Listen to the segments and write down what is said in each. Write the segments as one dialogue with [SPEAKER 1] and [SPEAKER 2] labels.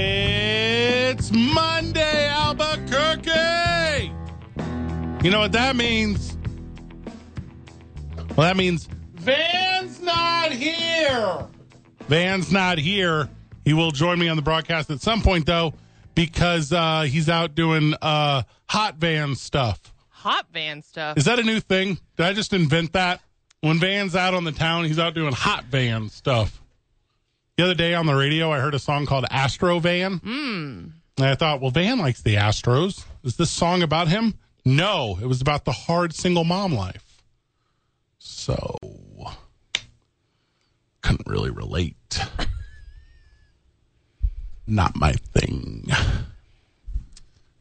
[SPEAKER 1] It's Monday, Albuquerque. You know what that means? Well, that means Van's not here. Van's not here. He will join me on the broadcast at some point, though, because uh, he's out doing uh, hot van stuff.
[SPEAKER 2] Hot van stuff.
[SPEAKER 1] Is that a new thing? Did I just invent that? When Van's out on the town, he's out doing hot van stuff. The other day on the radio, I heard a song called Astro Van. Mm. And I thought, well, Van likes the Astros. Is this song about him? No, it was about the hard single mom life. So, couldn't really relate. Not my thing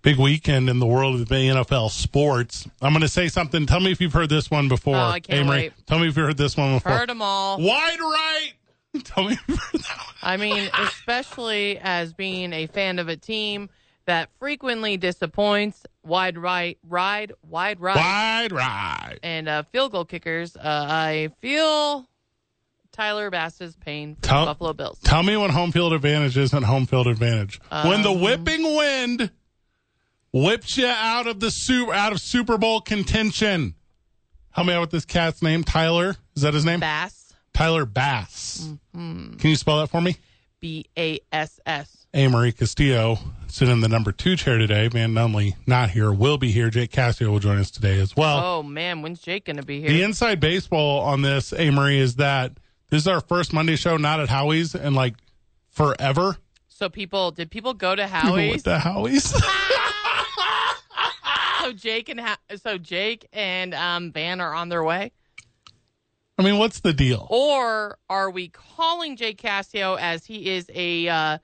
[SPEAKER 1] big weekend in the world of the NFL sports. I'm going to say something. Tell me if you've heard this one before.
[SPEAKER 2] Oh, I can't
[SPEAKER 1] Amory.
[SPEAKER 2] wait.
[SPEAKER 1] Tell me if you heard this one before.
[SPEAKER 2] Heard them all.
[SPEAKER 1] Wide right. Tell me if you've heard that one.
[SPEAKER 2] I mean, especially as being a fan of a team that frequently disappoints wide right, ride, wide right,
[SPEAKER 1] Wide right.
[SPEAKER 2] and uh, field goal kickers. Uh, I feel Tyler Bass's pain for
[SPEAKER 1] Tell-
[SPEAKER 2] the Buffalo Bills.
[SPEAKER 1] Tell me when home field advantage isn't home field advantage. when
[SPEAKER 2] Um,
[SPEAKER 1] the whipping wind whips you out of the super, out of Super Bowl contention. Help me out with this cat's name. Tyler. Is that his name?
[SPEAKER 2] Bass, Mm-hmm.
[SPEAKER 1] Tyler Bass. Can you spell that for me?
[SPEAKER 2] B A S S.
[SPEAKER 1] Amory Castillo sitting in the number two chair today. Van Nunley not here, will be here. Jake Castillo will join us today as well.
[SPEAKER 2] Oh man, when's Jake gonna be
[SPEAKER 1] The
[SPEAKER 2] here?
[SPEAKER 1] inside baseball on this, Amory, is that this is our first Monday show not at Howie's and like forever.
[SPEAKER 2] So people, did people go to
[SPEAKER 1] People
[SPEAKER 2] Howie's?
[SPEAKER 1] With the Howie's.
[SPEAKER 2] So Jake and ha- so Jake and um, Van are on their way.
[SPEAKER 1] I mean, what's the deal?
[SPEAKER 2] or are we calling Jake Cassio as he is a uh,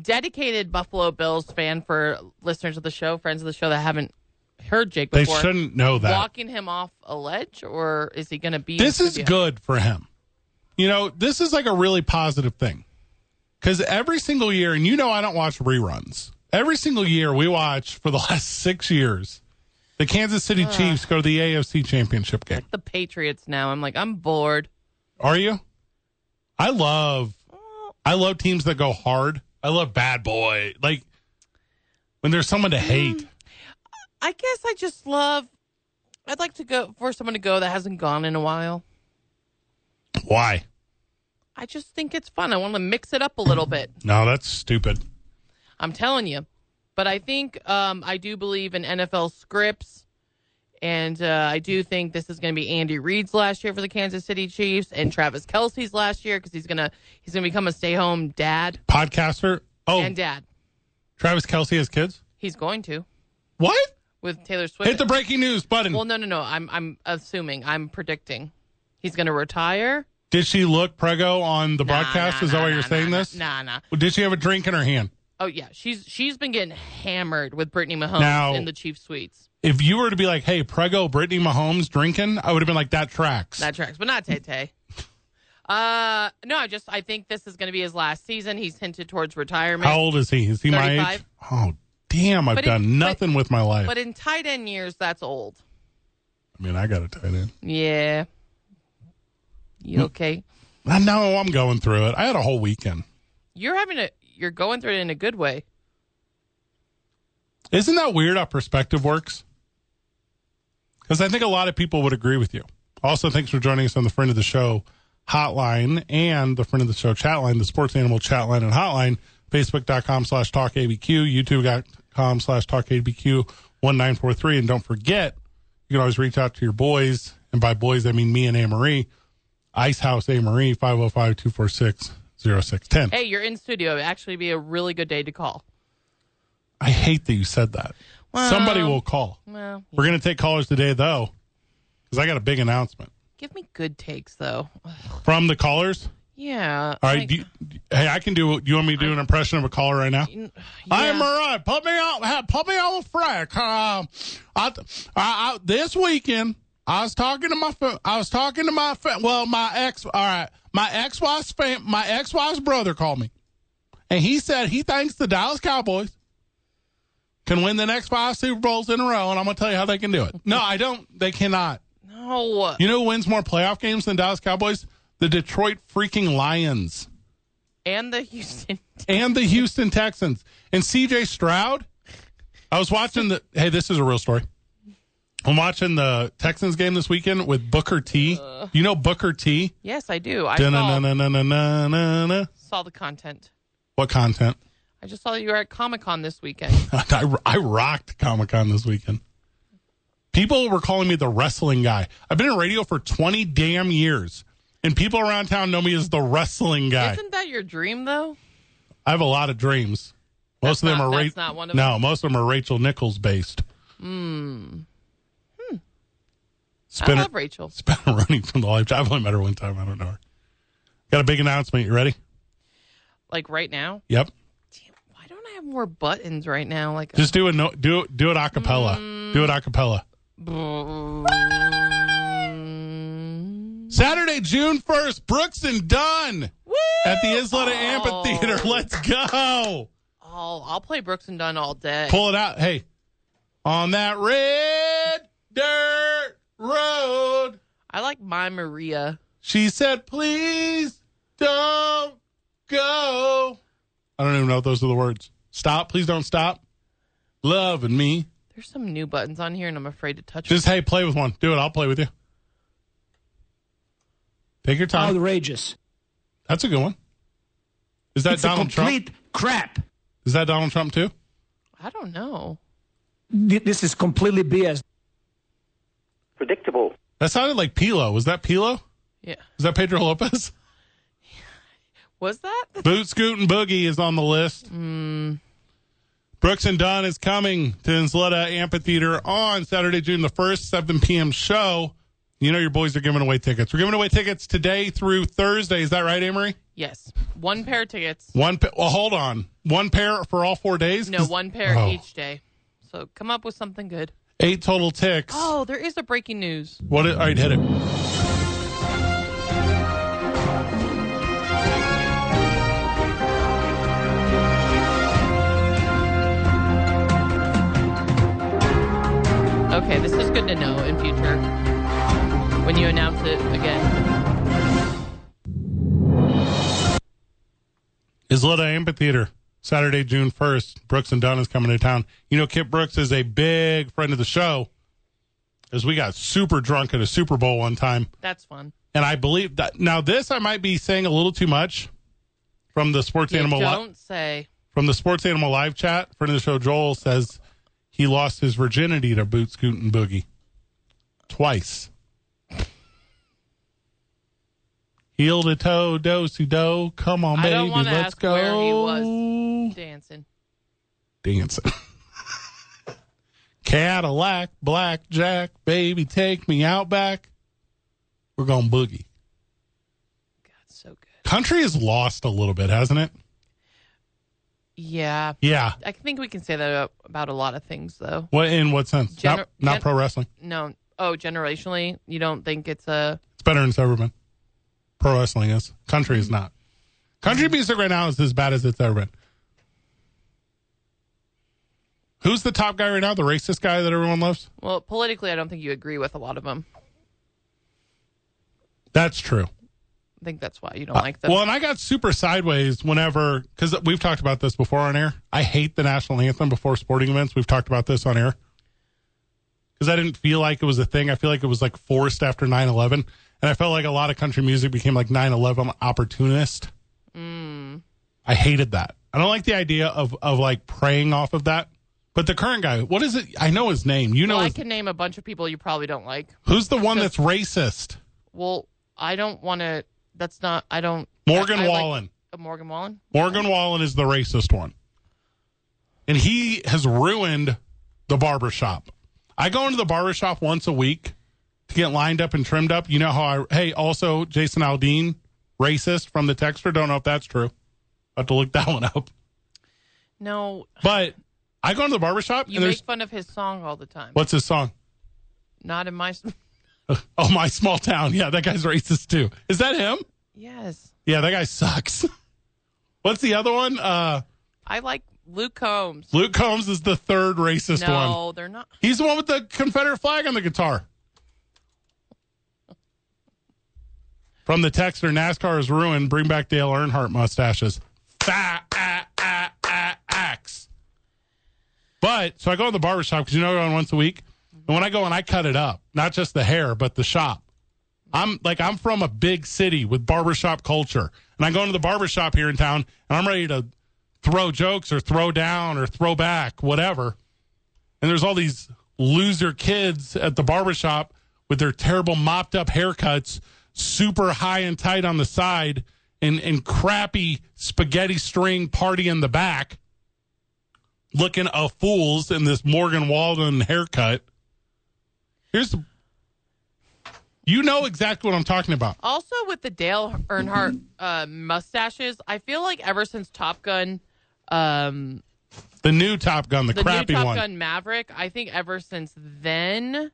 [SPEAKER 2] dedicated Buffalo Bills fan for listeners of the show, friends of the show that haven't heard Jake
[SPEAKER 1] They
[SPEAKER 2] before?
[SPEAKER 1] shouldn't know that.
[SPEAKER 2] Walking him off a ledge, or is he going to be? in
[SPEAKER 1] this
[SPEAKER 2] the
[SPEAKER 1] is
[SPEAKER 2] studio?
[SPEAKER 1] good for him. You know, this is like a really positive thing because every single year, and you know, I don't watch reruns. Every single year, we watch for the last six years. The Kansas City Chiefs go to the AFC Championship game.
[SPEAKER 2] The Patriots now. I'm like, I'm bored.
[SPEAKER 1] Are you? I love, I love teams that go hard. I love bad boy. Like when there's someone to hate.
[SPEAKER 2] I guess I just love. I'd like to go for someone to go that hasn't gone in a while. Mm.
[SPEAKER 1] Why?
[SPEAKER 2] I just think it's fun. I want to mix it up a little bit.
[SPEAKER 1] No, that's stupid.
[SPEAKER 2] I'm telling you. But I think um, I do believe in NFL scripts, and uh, I do think this is going to be Andy Reid's last year for the Kansas City Chiefs, and Travis Kelsey's last year because he's gonna he's gonna become a stay home dad
[SPEAKER 1] Podcaster. Oh,
[SPEAKER 2] and dad.
[SPEAKER 1] Travis Kelsey has kids.
[SPEAKER 2] He's going to
[SPEAKER 1] What?
[SPEAKER 2] with Taylor Swift.
[SPEAKER 1] Hit the breaking news button.
[SPEAKER 2] well, no, no, no. I'm I'm assuming. I'm predicting. He's gonna retire.
[SPEAKER 1] Did she look prego on the broadcast?
[SPEAKER 2] Nah,
[SPEAKER 1] Is
[SPEAKER 2] nah,
[SPEAKER 1] that why
[SPEAKER 2] nah,
[SPEAKER 1] you're
[SPEAKER 2] nah,
[SPEAKER 1] saying
[SPEAKER 2] nah,
[SPEAKER 1] this?
[SPEAKER 2] Nah, nah.
[SPEAKER 1] Well, Did she have a drink in her hand?
[SPEAKER 2] Oh yeah, she's she's been getting hammered with Brittany Mahomes
[SPEAKER 1] Now-
[SPEAKER 2] in the Chiefs suites.
[SPEAKER 1] If you were to be like, hey, prego, Brittany Mahomes drinking, I would have been like, that tracks.
[SPEAKER 2] That tracks, but not Tay Tay. Uh, no, I just I think this is going to be his last season. He's hinted towards retirement.
[SPEAKER 1] How old is he? Is he my age?
[SPEAKER 2] 35.
[SPEAKER 1] Oh, damn. I've
[SPEAKER 2] But it-
[SPEAKER 1] done
[SPEAKER 2] but-
[SPEAKER 1] nothing with my life.
[SPEAKER 2] But in tight end years, that's old.
[SPEAKER 1] I mean, I got to tight end.
[SPEAKER 2] Yeah.
[SPEAKER 1] Hmm.
[SPEAKER 2] You okay?
[SPEAKER 1] I know I'm going through it. I had a whole weekend.
[SPEAKER 2] You're having a you're going through it in a good way.
[SPEAKER 1] Isn't that weird how perspective works? Because I think a lot of people would agree with you. Also, thanks for joining us on the Friend of the Show hotline and the Friend of the Show chat line, the Sports Animal chat line and hotline, facebook.com slash talkabq, youtube.com slash talkabq1943. And don't forget, you can always reach out to your boys. And by boys, I mean me and Anne Marie. Ice House Anne Marie, 505 246 0610.
[SPEAKER 2] Hey, you're in studio. It'd actually be a really good day to call.
[SPEAKER 1] I hate that you said that. Somebody will call.
[SPEAKER 2] Well,
[SPEAKER 1] We're going to take callers today, though, because I got a big announcement
[SPEAKER 2] give me good takes though. Ugh,
[SPEAKER 1] from the callers.
[SPEAKER 2] Yeah.
[SPEAKER 1] All right.
[SPEAKER 2] like-
[SPEAKER 1] do you- Hey, I can do. You want me to do an impression of a caller right now?
[SPEAKER 2] Yeah.
[SPEAKER 1] I'm Mariah. Put me on. ha- Put me on Frank. Um, I, I, I, this weekend, I was talking to my. fa- I was talking to my. fa- Well, my ex. All right, my ex wife's fam. My ex wife's brother called me, and he said he thinks the Dallas Cowboys can win the next five Super Bowls in a row, and I'm gonna tell you how they can do it. No, I don't. They cannot.
[SPEAKER 2] No.
[SPEAKER 1] You know who wins more playoff games than Dallas Cowboys? The Detroit freaking Lions
[SPEAKER 2] And the Houston.
[SPEAKER 1] and the Houston Texans. And CJ Stroud, I was watching the hey, this is a real story. I'm watching the Texans game this weekend with Booker T. You know Booker T?
[SPEAKER 2] Yes, I do. I saw,
[SPEAKER 1] Da-na-na-na-na-na-na.
[SPEAKER 2] saw the content.
[SPEAKER 1] What content?
[SPEAKER 2] I just saw that you were at Comic Con this weekend.
[SPEAKER 1] I, I rocked Comic Con this weekend. People were calling me the wrestling guy. I've been in radio for 20 damn years, and people around town know me as the wrestling guy.
[SPEAKER 2] Isn't that your dream, though?
[SPEAKER 1] I have a lot of dreams. Most
[SPEAKER 2] That's
[SPEAKER 1] of them
[SPEAKER 2] not-
[SPEAKER 1] are
[SPEAKER 2] that's not one of
[SPEAKER 1] no, most of them are Rachel Nichols based.
[SPEAKER 2] I
[SPEAKER 1] Spinner,
[SPEAKER 2] Hmm. love Rachel.
[SPEAKER 1] Spinner running from the live. I've only met her one time. I don't know her. Got a big announcement. You ready?
[SPEAKER 2] Like right now.
[SPEAKER 1] Yep.
[SPEAKER 2] Damn, why don't I have more buttons right now? Like,
[SPEAKER 1] Just do it. No, do it. Do it a cappella.
[SPEAKER 2] Hmm.
[SPEAKER 1] Do it a cappella.
[SPEAKER 2] uh, Mm.
[SPEAKER 1] Saturday, June first. Brooks and Dunn
[SPEAKER 2] Woo!
[SPEAKER 1] at the Isleta
[SPEAKER 2] Oh.
[SPEAKER 1] Amphitheater. Let's go.
[SPEAKER 2] I'll, I'll play Brooks and Dunn all day.
[SPEAKER 1] Pull it out. Hey, on that red dirt road.
[SPEAKER 2] I like my Maria.
[SPEAKER 1] She said, please don't go. I don't even know if those are the words. Stop. Please don't stop. Love and me.
[SPEAKER 2] There's some new buttons on here, and I'm afraid to touch
[SPEAKER 1] Just, hey, play with one. Do it. I'll play with you. Take your
[SPEAKER 3] Oh,
[SPEAKER 1] time.
[SPEAKER 3] outrageous.
[SPEAKER 1] That's a good one. Is that
[SPEAKER 3] it's
[SPEAKER 1] Uh, Donald
[SPEAKER 3] a complete
[SPEAKER 1] Trump?
[SPEAKER 3] crap.
[SPEAKER 1] Is that Donald Trump too?
[SPEAKER 2] I don't know.
[SPEAKER 3] Th- This is completely BS.
[SPEAKER 4] predictable.
[SPEAKER 1] That sounded like Pilo. Was that Pilo?
[SPEAKER 2] Yeah.
[SPEAKER 1] Is that Pedro Lopez?
[SPEAKER 2] Was that?
[SPEAKER 1] Boot Scoot and Boogie is on the list. Brooks and Dunn is coming to Insleta Amphitheater on Saturday, June the 1st, 7 p.m. show. You know your boys are giving away tickets. We're giving away tickets today through Thursday. Is that right, Amory?
[SPEAKER 2] Yes. One pair of tickets.
[SPEAKER 1] One. Pa- well, hold on. One pair for all four days.
[SPEAKER 2] No, one pair
[SPEAKER 1] Oh.
[SPEAKER 2] each day. So come up with something good.
[SPEAKER 1] Eight total ticks.
[SPEAKER 2] Oh, there is a breaking news.
[SPEAKER 1] What? All right, hit it.
[SPEAKER 2] Okay, this is good to know in future when you announce it again.
[SPEAKER 1] Isleta Amphitheater, Saturday, June 1st. Brooks and Dunn is coming to town. You know, Kip Brooks is a big friend of the show as we got super drunk at a Super Bowl one time.
[SPEAKER 2] That's fun.
[SPEAKER 1] And I believe that now this I might be saying a little too much from the sports
[SPEAKER 2] You
[SPEAKER 1] animal li-
[SPEAKER 2] don't say.
[SPEAKER 1] from the sports animal live chat. Friend of the show Joel says he lost his virginity to Boot Scoot and Boogie twice. Heel to toe, do si do. Come on,
[SPEAKER 2] I
[SPEAKER 1] baby,
[SPEAKER 2] don't wanna
[SPEAKER 1] let's
[SPEAKER 2] ask
[SPEAKER 1] go.
[SPEAKER 2] where he was. Dancing.
[SPEAKER 1] Dancing. Cadillac, blackjack, baby, take me out back. We're going boogie.
[SPEAKER 2] God, so good.
[SPEAKER 1] Country has lost a little bit, hasn't it?
[SPEAKER 2] Yeah.
[SPEAKER 1] Yeah.
[SPEAKER 2] I think we can say that ab- about a lot of things, though.
[SPEAKER 1] What in what sense?
[SPEAKER 2] Gener-
[SPEAKER 1] not not
[SPEAKER 2] gen-
[SPEAKER 1] pro wrestling.
[SPEAKER 2] No. Oh, generationally, you don't think it's a.
[SPEAKER 1] It's better than Silverman. Pro wrestling is. Country is not. Country music right now is as bad as it's ever been. Who's the top guy right now? The racist guy that everyone loves?
[SPEAKER 2] Well, politically, I don't think you agree with a lot of them.
[SPEAKER 1] That's true.
[SPEAKER 2] I think that's why you don't like them.
[SPEAKER 1] Uh, Well, and I got super sideways whenever because we've talked about this before on air. I hate the national anthem before sporting events. We've talked about this on air because I didn't feel like it was a thing. I feel like it was like forced after 9 11. And I felt like a lot of country music became like 9 11 opportunist.
[SPEAKER 2] Mm.
[SPEAKER 1] I hated that. I don't like the idea of, of like preying off of that. But the current guy, what is it? I know his name. You know,
[SPEAKER 2] Well, I
[SPEAKER 1] his-
[SPEAKER 2] can name a bunch of people you probably don't like.
[SPEAKER 1] who's the one that's racist?
[SPEAKER 2] Well, I don't want to. That's not. I don't.
[SPEAKER 1] Morgan
[SPEAKER 2] I- I like-
[SPEAKER 1] Wallen.
[SPEAKER 2] Uh, Morgan Wallen.
[SPEAKER 1] Morgan Wallen is the racist one. And he has ruined the barbershop. I go into the barbershop once a week to get lined up and trimmed up. You know how I, hey, also Jason Aldean, racist from the texter. Don't know if that's true. I have to look that one up.
[SPEAKER 2] No,
[SPEAKER 1] But I go into the barbershop
[SPEAKER 2] you
[SPEAKER 1] and
[SPEAKER 2] make
[SPEAKER 1] there's
[SPEAKER 2] fun of his song all the time.
[SPEAKER 1] what's his song?
[SPEAKER 2] Not in my. s-
[SPEAKER 1] Oh, my small town. Yeah, that guy's racist too. Is that him?
[SPEAKER 2] Yes,
[SPEAKER 1] Yeah, that guy sucks. What's the other one? Uh,
[SPEAKER 2] I like Luke Combs.
[SPEAKER 1] Luke Combs is the third racist one.
[SPEAKER 2] no, they're not.
[SPEAKER 1] He's the one with the Confederate flag on the guitar. From the texter, NASCAR is ruined. Bring back Dale Earnhardt mustaches. Facts. But so I go to the barbershop because you know I go on once a week. And when I go and I cut it up, not just the hair, but the shop. I'm like I'm from a big city with barbershop culture. And I go into the barbershop here in town and I'm ready to throw jokes or throw down or throw back, whatever and there's all these loser kids at the barbershop with their terrible mopped up haircuts, super high and tight on the side, and, and crappy spaghetti string party in the back, looking a fools in this Morgan Wallen haircut. Here's the. You know exactly what I'm talking about.
[SPEAKER 2] Also, with the Dale Earnhardt uh, mustaches, I feel like ever since Top Gun, um,
[SPEAKER 1] The new Top Gun, the,
[SPEAKER 2] the new
[SPEAKER 1] crappy
[SPEAKER 2] Top
[SPEAKER 1] one.
[SPEAKER 2] Gun Maverick, I think ever since then,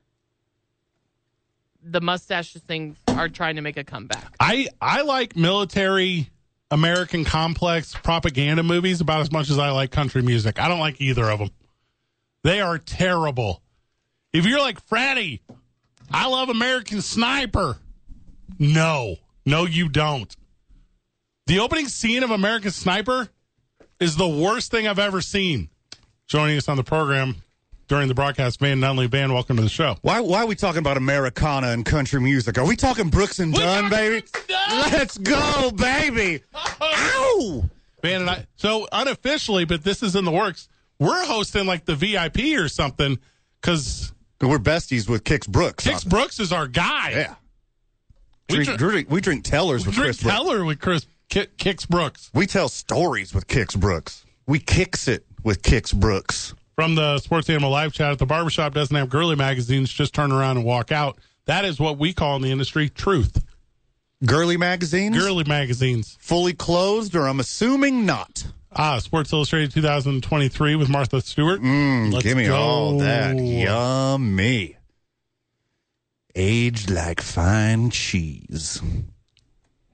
[SPEAKER 2] the mustaches things are trying to make a comeback.
[SPEAKER 1] I I like military American complex propaganda movies about as much as I like country music. I don't like either of them. They are terrible. If you're like Freddy, I love American Sniper. No, no, you don't. The opening scene of American Sniper is the worst thing I've ever seen. Joining us on the program during the broadcast, Van Nunley. Van, welcome to the show.
[SPEAKER 5] Why, why are we talking about Americana and country music? Are we talking Brooks and
[SPEAKER 1] We're
[SPEAKER 5] Dunn,
[SPEAKER 1] talking
[SPEAKER 5] baby?
[SPEAKER 1] Brooks and Dunn!
[SPEAKER 5] Let's go, baby. Ow!
[SPEAKER 1] Van and I. So unofficially, but this is in the works. We're hosting like the VIP or something because
[SPEAKER 5] We're besties with Kix Brooks.
[SPEAKER 1] Kix Brooks is our guy.
[SPEAKER 5] Yeah.
[SPEAKER 1] We
[SPEAKER 5] We
[SPEAKER 1] dr-
[SPEAKER 5] drink, we drink tellers with
[SPEAKER 1] Drink
[SPEAKER 5] Chris Brooks.
[SPEAKER 1] Teller with Chris Ki- Kix Brooks
[SPEAKER 5] We tell stories with Kix Brooks. We kicks it with Kix Brooks.
[SPEAKER 1] from the Sports Animal Live Chat. If the barbershop doesn't have girly magazines, just turn around and walk out. That is what we call in the industry truth.
[SPEAKER 5] Girly magazines?
[SPEAKER 1] Girly magazines.
[SPEAKER 5] Fully closed, or I'm assuming not.
[SPEAKER 1] Ah, Sports Illustrated 2023 with Martha Stewart. Let's
[SPEAKER 5] Mm, Give me
[SPEAKER 1] go.
[SPEAKER 5] all that. Yummy. Aged like fine cheese.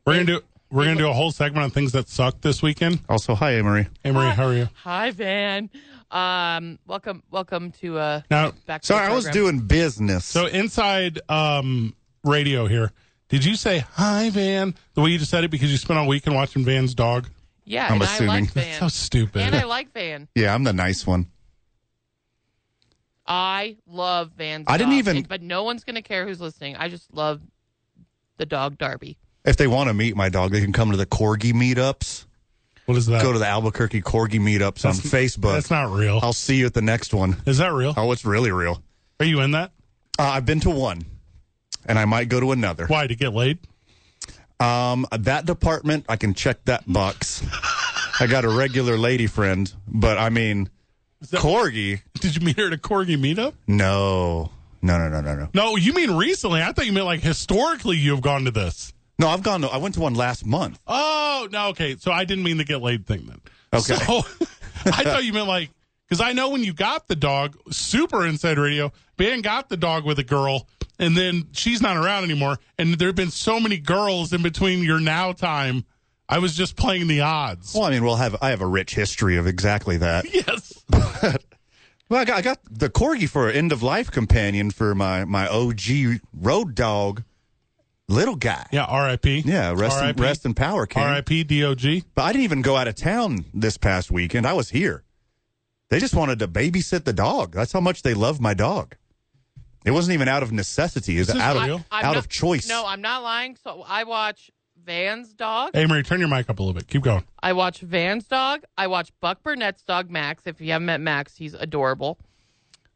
[SPEAKER 1] We're gonna do. We're gonna do a whole segment on things that suck this weekend.
[SPEAKER 5] Also, hi, Emery.
[SPEAKER 1] Amory, how are you?
[SPEAKER 2] Hi, Van. Um, welcome, welcome to uh,
[SPEAKER 1] Now,
[SPEAKER 2] back. To
[SPEAKER 5] Sorry,
[SPEAKER 2] the
[SPEAKER 5] I was
[SPEAKER 2] program.
[SPEAKER 5] doing business.
[SPEAKER 1] So inside um, radio here, did you say hi Van the way you just said it because you spent all weekend watching Van's dog?
[SPEAKER 2] Yeah,
[SPEAKER 5] I'm
[SPEAKER 2] and I
[SPEAKER 5] assuming.
[SPEAKER 2] like Van.
[SPEAKER 1] So stupid.
[SPEAKER 2] and I like Van.
[SPEAKER 5] yeah, I'm the nice one.
[SPEAKER 2] I love Van's.
[SPEAKER 5] I didn't
[SPEAKER 2] dog,
[SPEAKER 5] even-
[SPEAKER 2] and- but no one's gonna care who's listening. I just love the dog Darby.
[SPEAKER 5] If they want to meet my dog, they can come to the corgi meetups.
[SPEAKER 1] what is that?
[SPEAKER 5] Go to the Albuquerque corgi meetups on Facebook.
[SPEAKER 1] Uh, That's not real.
[SPEAKER 5] I'll see you at the next one.
[SPEAKER 1] is that real?
[SPEAKER 5] Oh, it's really real.
[SPEAKER 1] Are you in that?
[SPEAKER 5] Uh, I've been to one, and I might go to another.
[SPEAKER 1] Why to get laid?
[SPEAKER 5] Um, that department, I can check that box. I got a regular lady friend, but I mean, corgi?
[SPEAKER 1] Did you meet her at a corgi meetup?
[SPEAKER 5] No, no, no, no, no, no.
[SPEAKER 1] No, you mean recently. I thought you meant like historically you have gone to this.
[SPEAKER 5] No, I've gone. To, I went to one last month.
[SPEAKER 1] Oh no, okay. So I didn't mean the get laid thing then.
[SPEAKER 5] Okay.
[SPEAKER 1] So I thought you meant like because I know when you got the dog, super inside radio, Ben got the dog with a girl, and then she's not around anymore, and there have been so many girls in between your now time. I was just playing the odds.
[SPEAKER 5] Well, I mean, we'll have. I have a rich history of exactly that.
[SPEAKER 1] Yes.
[SPEAKER 5] Well, I got, I got the corgi for an end of life companion for my my OG road dog, little guy.
[SPEAKER 1] Yeah. R.I.P.
[SPEAKER 5] Yeah, rest in,
[SPEAKER 1] R.I.P.
[SPEAKER 5] rest in power, King.
[SPEAKER 1] R.I.P. D.O.G.
[SPEAKER 5] But I didn't even go out of town this past weekend. I was here. They just wanted to babysit the dog. That's how much they love my dog. It wasn't even out of necessity. It's
[SPEAKER 1] This is
[SPEAKER 5] out
[SPEAKER 1] real.
[SPEAKER 5] of
[SPEAKER 2] I'm
[SPEAKER 5] out
[SPEAKER 2] not-
[SPEAKER 5] of choice.
[SPEAKER 2] No, I'm not lying. So I watch Van's dog.
[SPEAKER 1] Hey, Mary, turn your mic up a little bit. Keep going.
[SPEAKER 2] I watch Van's dog. I watch Buck Burnett's dog, Max. If you haven't met Max, he's adorable.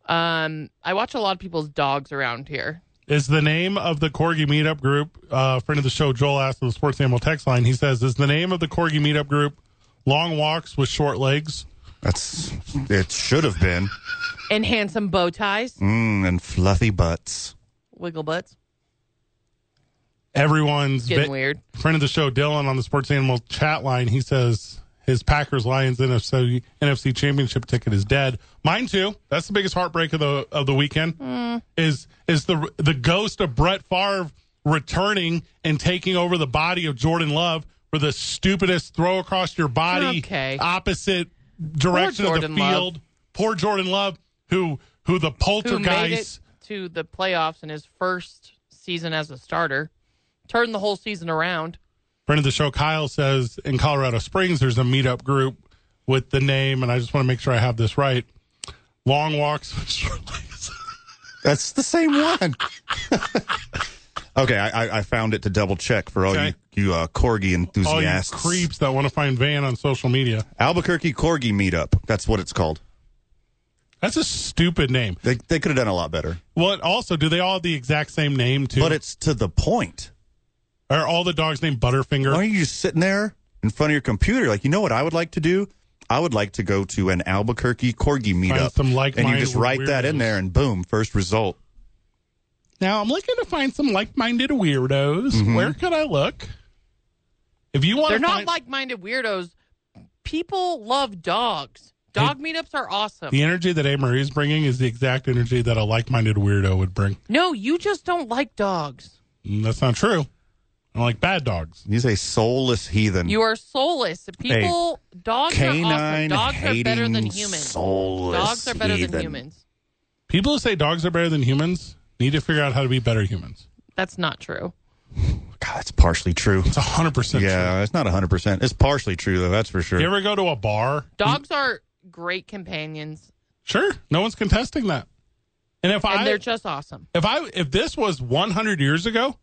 [SPEAKER 2] Um, I watch a lot of people's dogs around here.
[SPEAKER 1] Is the name of the Corgi Meetup Group, uh, friend of the show, Joel asked on the Sports Animal text line. He says, Is the name of the Corgi Meetup Group Long Walks with Short Legs?
[SPEAKER 5] That's it. Should have been
[SPEAKER 2] And handsome bow ties,
[SPEAKER 5] mm, and fluffy butts.
[SPEAKER 2] wiggle butts.
[SPEAKER 1] Everyone's
[SPEAKER 2] Getting
[SPEAKER 1] va-
[SPEAKER 2] weird.
[SPEAKER 1] friend of the show, Dylan, on the Sports Animal chat line. He says, His Packers Lions NFC NFC Championship ticket is dead. Mine too. That's the biggest heartbreak of the of the weekend.
[SPEAKER 2] Hmm.
[SPEAKER 1] Is is the the ghost of Brett Favre returning and taking over the body of Jordan Love for the stupidest throw across your body
[SPEAKER 2] Okay.
[SPEAKER 1] opposite direction of the
[SPEAKER 2] Jordan Love.
[SPEAKER 1] field. Poor Jordan Love who who the
[SPEAKER 2] who made it
[SPEAKER 1] poltergeist
[SPEAKER 2] to the playoffs in his first season as a starter, turned the whole season around.
[SPEAKER 1] friend of the show Kyle says in Colorado Springs there's a meetup group with the name, and I just want to make sure I have this right. Long walks. with Short Legs.
[SPEAKER 5] That's the same one. okay, I, I- I found it to double check for all
[SPEAKER 1] Okay.
[SPEAKER 5] you, you uh, corgi
[SPEAKER 1] All you
[SPEAKER 5] enthusiasts.
[SPEAKER 1] creeps that want to find Van on social media.
[SPEAKER 5] Albuquerque Corgi Meetup. That's what it's called.
[SPEAKER 1] That's a stupid name.
[SPEAKER 5] They, they could have done a lot better,
[SPEAKER 1] Well, also, do they all have the exact same name too?
[SPEAKER 5] but it's to the point.
[SPEAKER 1] Are all the dogs named
[SPEAKER 5] Why
[SPEAKER 1] Butterfinger?
[SPEAKER 5] are you just sitting there in front of your computer? Like, you know what I would like to do? I would like to go to an Albuquerque Corgi meetup.
[SPEAKER 1] some
[SPEAKER 5] and you
[SPEAKER 1] like-minded
[SPEAKER 5] just write that in
[SPEAKER 1] weirdos.
[SPEAKER 5] there, and boom, first result.
[SPEAKER 1] Now I'm looking to find some like-minded weirdos.
[SPEAKER 5] Mm-hmm.
[SPEAKER 1] Where could I look? If you want
[SPEAKER 2] They're
[SPEAKER 1] to
[SPEAKER 2] not
[SPEAKER 1] find-
[SPEAKER 2] like-minded weirdos. People love dogs. Dog meetups are awesome.
[SPEAKER 1] the energy that A. Marie is bringing is the exact energy that a like-minded weirdo would bring.
[SPEAKER 2] No, you just don't like dogs.
[SPEAKER 1] Mm, That's not true. I don't like bad dogs.
[SPEAKER 5] He's a soulless heathen.
[SPEAKER 2] You are soulless. People, dogs are awesome.
[SPEAKER 5] canine
[SPEAKER 2] Dogs are better than
[SPEAKER 5] hating
[SPEAKER 2] humans.
[SPEAKER 5] soulless
[SPEAKER 2] dogs are better
[SPEAKER 5] heathen.
[SPEAKER 2] than humans.
[SPEAKER 1] People who say dogs are better than humans need to figure out how to be better humans.
[SPEAKER 2] That's not true.
[SPEAKER 5] God, it's partially true.
[SPEAKER 1] It's 100%
[SPEAKER 5] Yeah, it's not 100%. It's partially true, though, that's for sure.
[SPEAKER 1] true. You ever go to a bar?
[SPEAKER 2] Dogs are great companions,
[SPEAKER 1] Sure. No one's contesting that. And if
[SPEAKER 2] and
[SPEAKER 1] I
[SPEAKER 2] they're just awesome.
[SPEAKER 1] if I if this was 100 years ago,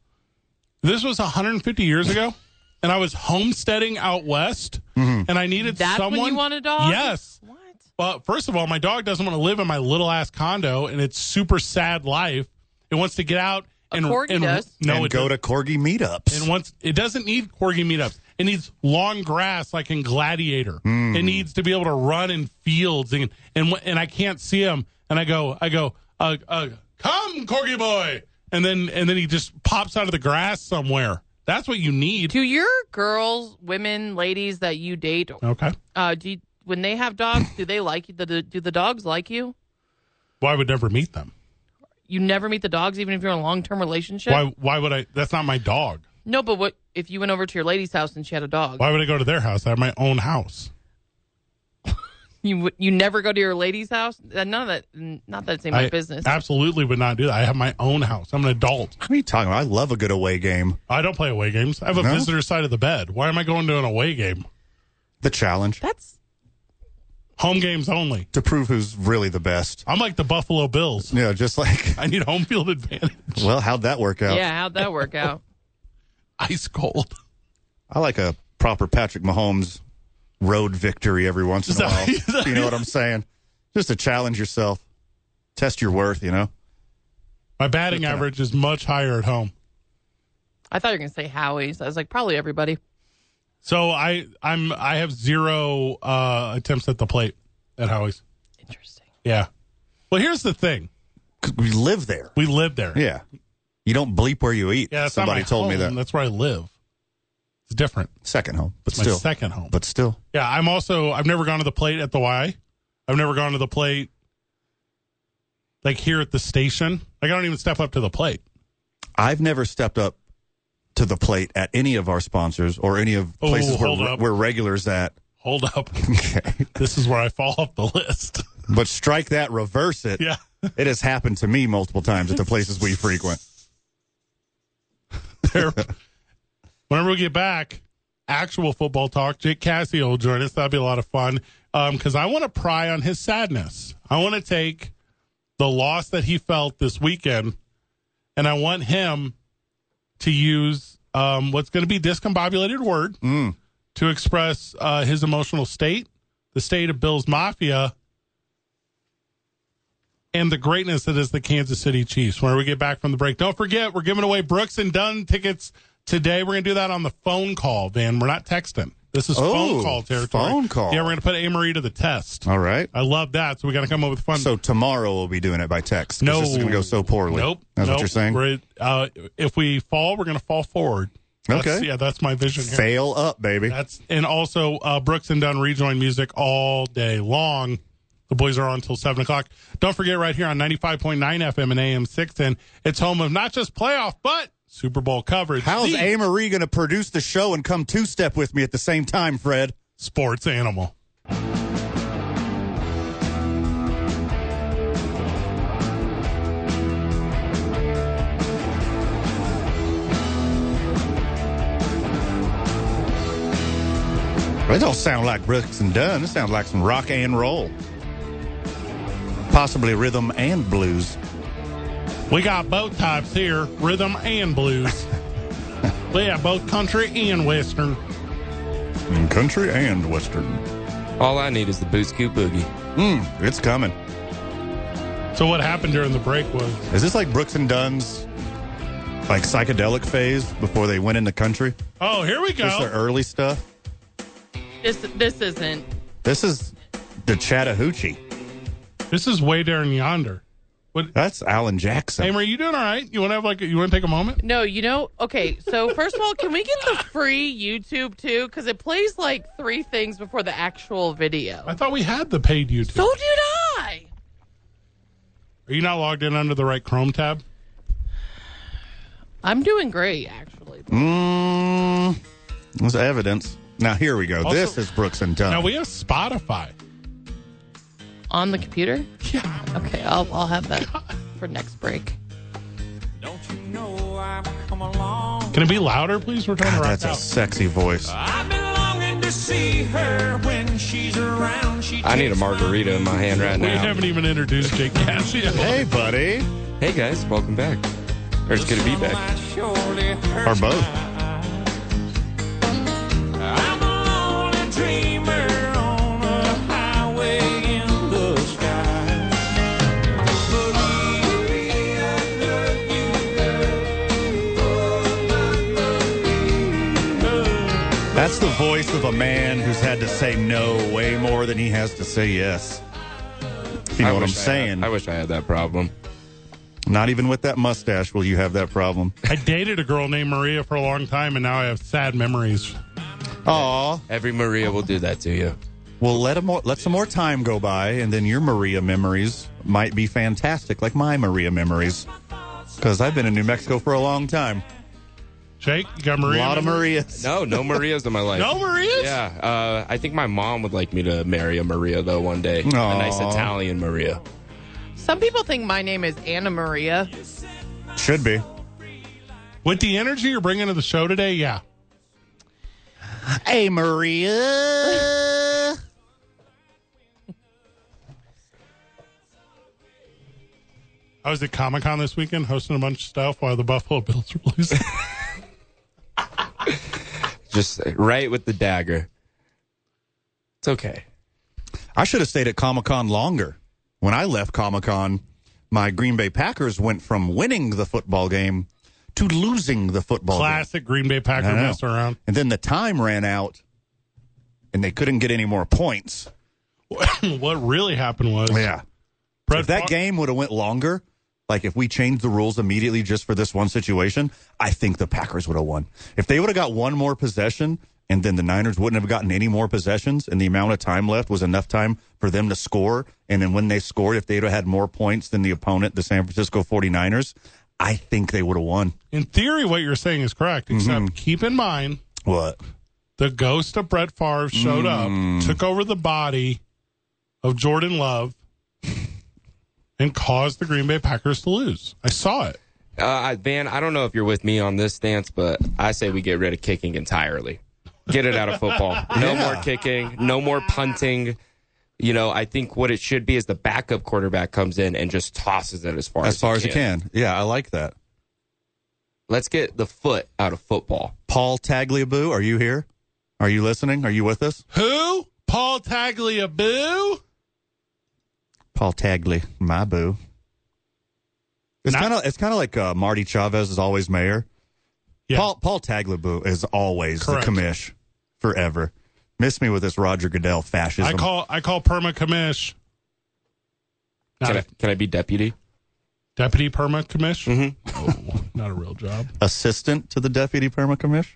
[SPEAKER 1] this was 150 years ago, and I was homesteading out west,
[SPEAKER 5] Mm-hmm.
[SPEAKER 1] and I needed
[SPEAKER 2] That's
[SPEAKER 1] someone.
[SPEAKER 2] when you want a dog.
[SPEAKER 1] Yes.
[SPEAKER 2] What?
[SPEAKER 1] Well, first of all, my dog doesn't want to live in my little ass condo, and it's super sad life. It wants to get out and
[SPEAKER 2] corgi
[SPEAKER 1] and,
[SPEAKER 2] does.
[SPEAKER 1] No,
[SPEAKER 5] and
[SPEAKER 1] it
[SPEAKER 5] go
[SPEAKER 1] doesn't.
[SPEAKER 5] to corgi meetups.
[SPEAKER 1] And once it doesn't need corgi meetups. It needs long grass like in Gladiator. It needs to be able to run in fields and and wh- and I can't see him. And I go, I go, uh, uh, come corgi boy. And then and then he just pops out of the grass somewhere. That's what you need.
[SPEAKER 2] Do your girls, women, ladies that you date,
[SPEAKER 1] Okay.
[SPEAKER 2] uh, do you- when they have dogs, do they like you? Do the, do the dogs like you?
[SPEAKER 1] Why would never meet them?
[SPEAKER 2] You never meet the dogs, even if you're in a long-term relationship.
[SPEAKER 1] Why why would I? That's not my dog.
[SPEAKER 2] No, but what if you went over to your lady's house and she had a dog?
[SPEAKER 1] Why would I go to their house? I have my own house.
[SPEAKER 2] You would- you never go to your lady's house. Uh, None of that. n- Not that it's in my
[SPEAKER 1] I
[SPEAKER 2] business.
[SPEAKER 1] absolutely would not do that. I have my own house. I'm an adult.
[SPEAKER 5] What are you talking about? I love a good away game.
[SPEAKER 1] I don't play away games. I have a
[SPEAKER 5] No?
[SPEAKER 1] visitor side of the bed. Why am I going to an away game?
[SPEAKER 5] The challenge
[SPEAKER 2] That's
[SPEAKER 1] Home games only.
[SPEAKER 5] to prove who's really the best.
[SPEAKER 1] I'm like the Buffalo Bills.
[SPEAKER 5] Yeah, just like,
[SPEAKER 1] I need home field advantage.
[SPEAKER 5] well, how'd that work out?
[SPEAKER 2] yeah. How'd that work out?
[SPEAKER 1] Ice cold.
[SPEAKER 5] I like a proper Patrick Mahomes road victory every once in a
[SPEAKER 1] Is that-
[SPEAKER 5] while. you know what I'm saying? Just to challenge yourself, test your worth, you know?
[SPEAKER 1] My batting average is much higher at home.
[SPEAKER 2] I thought you were gonna say Howie's. I was like, probably everybody.
[SPEAKER 1] So I I'm I have zero uh attempts at the plate at Howie's.
[SPEAKER 2] Interesting.
[SPEAKER 1] Yeah. Well, here's the thing.
[SPEAKER 5] 'Cause We live there.
[SPEAKER 1] We live there.
[SPEAKER 5] Yeah. You don't bleep where you eat.
[SPEAKER 1] Yeah, that's not
[SPEAKER 5] Somebody
[SPEAKER 1] my
[SPEAKER 5] told me
[SPEAKER 1] home.
[SPEAKER 5] that.
[SPEAKER 1] That's where I live. It's different.
[SPEAKER 5] Second home, but
[SPEAKER 1] My
[SPEAKER 5] still.
[SPEAKER 1] second home.
[SPEAKER 5] But still.
[SPEAKER 1] Yeah, I'm also I've never gone to the plate at the Y. I've never gone to the plate like here at the station. Like I don't even step up to the plate.
[SPEAKER 5] I've never stepped up to the plate at any of our sponsors or any of
[SPEAKER 1] Oh,
[SPEAKER 5] places
[SPEAKER 1] hold
[SPEAKER 5] where,
[SPEAKER 1] up.
[SPEAKER 5] where regulars at.
[SPEAKER 1] Hold up.
[SPEAKER 5] Okay.
[SPEAKER 1] this is where I fall off the list.
[SPEAKER 5] But strike that, reverse it.
[SPEAKER 1] yeah.
[SPEAKER 5] It has happened to me multiple times at the places we frequent.
[SPEAKER 1] there. Whenever we get back, actual football talk, Jake Cassio will join us. That'll be a lot of fun because I want to pry on his sadness. I want to take the loss that he felt this weekend and I want him to use um, what's going to be discombobulated word
[SPEAKER 5] Mm.
[SPEAKER 1] to express uh, his emotional state, the state of Bill's Mafia, and the greatness that is the Kansas City Chiefs. When we get back from the break, don't forget we're giving away Brooks and Dunn tickets today. We're going to do that on the phone call, Van. We're not texting. This is
[SPEAKER 5] Oh,
[SPEAKER 1] phone call territory.
[SPEAKER 5] phone call.
[SPEAKER 1] Yeah, we're going to put A. Marie to the test.
[SPEAKER 5] All right.
[SPEAKER 1] I love that. So we got to come up with fun.
[SPEAKER 5] So tomorrow we'll be doing it by text. 'cause
[SPEAKER 1] Um, no,
[SPEAKER 5] This is going to go so poorly.
[SPEAKER 1] Nope.
[SPEAKER 5] That's
[SPEAKER 1] nope.
[SPEAKER 5] what you're saying?
[SPEAKER 1] We're, uh, if we fall, we're going to fall forward. That's-
[SPEAKER 5] Okay.
[SPEAKER 1] yeah, that's my vision here.
[SPEAKER 5] Fail up, baby.
[SPEAKER 1] That's and also uh, Brooks and Dunn rejoin music all day long. The boys are on until seven o'clock. Don't forget, right here on ninety five point nine FM and AM six, and it's home of not just playoff but Super Bowl coverage.
[SPEAKER 5] How's
[SPEAKER 1] The
[SPEAKER 5] A. Marie going to produce the show and come two step with me at the same time, Fred?
[SPEAKER 1] sports animal?
[SPEAKER 5] That don't sound like Brooks and Dunn. It sounds like some rock and roll. Possibly rhythm and blues.
[SPEAKER 1] We got both types here, rhythm and blues. we have both country and western.
[SPEAKER 5] Country and Western.
[SPEAKER 4] All I need is the Booscoo Boogie.
[SPEAKER 5] Mm, it's coming.
[SPEAKER 1] So what happened during the break was
[SPEAKER 5] Is this like Brooks and Dunn's like psychedelic phase before they went in the country?
[SPEAKER 1] oh here we
[SPEAKER 5] Just their
[SPEAKER 1] go.
[SPEAKER 5] early stuff.
[SPEAKER 2] This this isn't.
[SPEAKER 5] This is the Chattahoochee.
[SPEAKER 1] This is way down yonder.
[SPEAKER 5] That's Alan
[SPEAKER 1] Hey,
[SPEAKER 5] Jackson.
[SPEAKER 1] Marie, you doing all right? You want to have like a, you want to take a moment?
[SPEAKER 2] No, you know. Okay, so first of all, can we get the free YouTube too? Because it plays like three things before the actual video.
[SPEAKER 1] I thought we had the paid YouTube.
[SPEAKER 2] So did I.
[SPEAKER 1] Are you not logged in under the right Chrome tab?
[SPEAKER 2] I'm doing great actually.
[SPEAKER 5] Mm, there's evidence. Now here we go.
[SPEAKER 1] Also-
[SPEAKER 5] this is Brooks and Dunn.
[SPEAKER 1] Now we have Spotify.
[SPEAKER 2] On the computer.
[SPEAKER 1] Yeah.
[SPEAKER 2] Okay, I'll I'll have that for next break.
[SPEAKER 6] Don't you know Oh, I've come along?
[SPEAKER 1] Can it be louder, please? We're trying to
[SPEAKER 5] God,
[SPEAKER 1] rock
[SPEAKER 5] Ah, that's a
[SPEAKER 1] out.
[SPEAKER 5] sexy voice.
[SPEAKER 1] Ah.
[SPEAKER 6] I've been longing to see her when she's around. She
[SPEAKER 4] I need a
[SPEAKER 6] takes my-
[SPEAKER 4] margarita in my hand right
[SPEAKER 1] We
[SPEAKER 4] now.
[SPEAKER 1] haven't even introduced Jake Cassio.
[SPEAKER 5] Hey, buddy.
[SPEAKER 4] Hey guys, welcome back. Or it's good to be back.
[SPEAKER 6] Sunlight surely hurts
[SPEAKER 5] Or both.
[SPEAKER 6] my eyes. I'm a lonely dreamer on a highway in the sky. Believe me, I love you, girl. Oh, my Maria.
[SPEAKER 5] That's the voice of a man who's had to say no way more than he has to say yes. If you know
[SPEAKER 4] I
[SPEAKER 5] what I'm
[SPEAKER 4] wish I had-
[SPEAKER 5] saying.
[SPEAKER 4] I wish I had that problem.
[SPEAKER 5] Not even with that mustache will you have that problem.
[SPEAKER 1] I dated a girl named Maria for a long time, and now I have sad memories.
[SPEAKER 5] Aw.
[SPEAKER 4] Every Maria will do that to you.
[SPEAKER 5] Well, let a more, let some more time go by, and then your Maria memories might be fantastic, like my Maria memories. Because I've been in New Mexico for a long time.
[SPEAKER 1] Jake, you got
[SPEAKER 5] A
[SPEAKER 1] Maria?
[SPEAKER 5] lot of Marias.
[SPEAKER 4] No, no Marias in my life.
[SPEAKER 1] No Marias?
[SPEAKER 4] Yeah, uh, I think my mom would like me to marry a Maria though one day.
[SPEAKER 5] Aw.
[SPEAKER 4] A nice Italian Maria.
[SPEAKER 2] Some people think my name is Anna Maria.
[SPEAKER 5] Should be.
[SPEAKER 1] With the energy you're bringing to the show today, yeah.
[SPEAKER 5] Hey, Maria.
[SPEAKER 1] I was at Comic Con this weekend hosting a bunch of stuff while the Buffalo Bills were
[SPEAKER 5] Oh,
[SPEAKER 1] losing.
[SPEAKER 4] Just right with the dagger. It's okay.
[SPEAKER 5] I should have stayed at Comic Con longer. When I left Comic Con, my Green Bay Packers went from winning the football game to losing the football game.
[SPEAKER 1] Classic Green Bay Packer
[SPEAKER 5] I know.
[SPEAKER 1] mess around.
[SPEAKER 5] And then the time ran out, and they couldn't get any more points.
[SPEAKER 1] what really happened was
[SPEAKER 5] Yeah.
[SPEAKER 1] Brett
[SPEAKER 5] if that
[SPEAKER 1] Favre-
[SPEAKER 5] game would have went longer, like if we changed the rules immediately just for this one situation, I think the Packers would have won. If they would have got one more possession and then the Niners wouldn't have gotten any more possessions and the amount of time left was enough time for them to score and then when they scored if they'd have had more points than the opponent, the San Francisco 49ers, I think they would have won.
[SPEAKER 1] In theory, what you're saying is correct, except keep in mind
[SPEAKER 5] What?
[SPEAKER 1] the ghost of Brett Favre showed up, took over the body of Jordan Love, and caused the Green Bay Packers to lose. I saw it.
[SPEAKER 4] Uh, I- Van, I don't know if you're with me on this stance, but I say we get rid of kicking entirely. Get it out of football. No
[SPEAKER 5] Yeah.
[SPEAKER 4] more kicking, no more punting. You know, I think what it should be is the backup quarterback comes in and just tosses it as far as,
[SPEAKER 5] As far
[SPEAKER 4] he
[SPEAKER 5] as you can. Yeah, I like that.
[SPEAKER 4] Let's get the foot out of football.
[SPEAKER 5] Paul Tagliabue, are you here? Are you listening? Are you with us?
[SPEAKER 1] Who? Paul Tagliabue?
[SPEAKER 5] Paul Tagli, my boo. It's
[SPEAKER 1] Not-
[SPEAKER 5] kind of it's kind of like uh, Marty Chavez is always mayor.
[SPEAKER 1] Yeah.
[SPEAKER 5] Paul Paul Tagliabue is always
[SPEAKER 1] Correct.
[SPEAKER 5] the commish forever. Miss me with this Roger Goodell fascism.
[SPEAKER 1] I call I call Perma Kamish.
[SPEAKER 4] Can
[SPEAKER 1] Not
[SPEAKER 4] I, can I be deputy?
[SPEAKER 1] Deputy Perma Commish? Oh, not a real job.
[SPEAKER 5] Assistant to the deputy perma commish.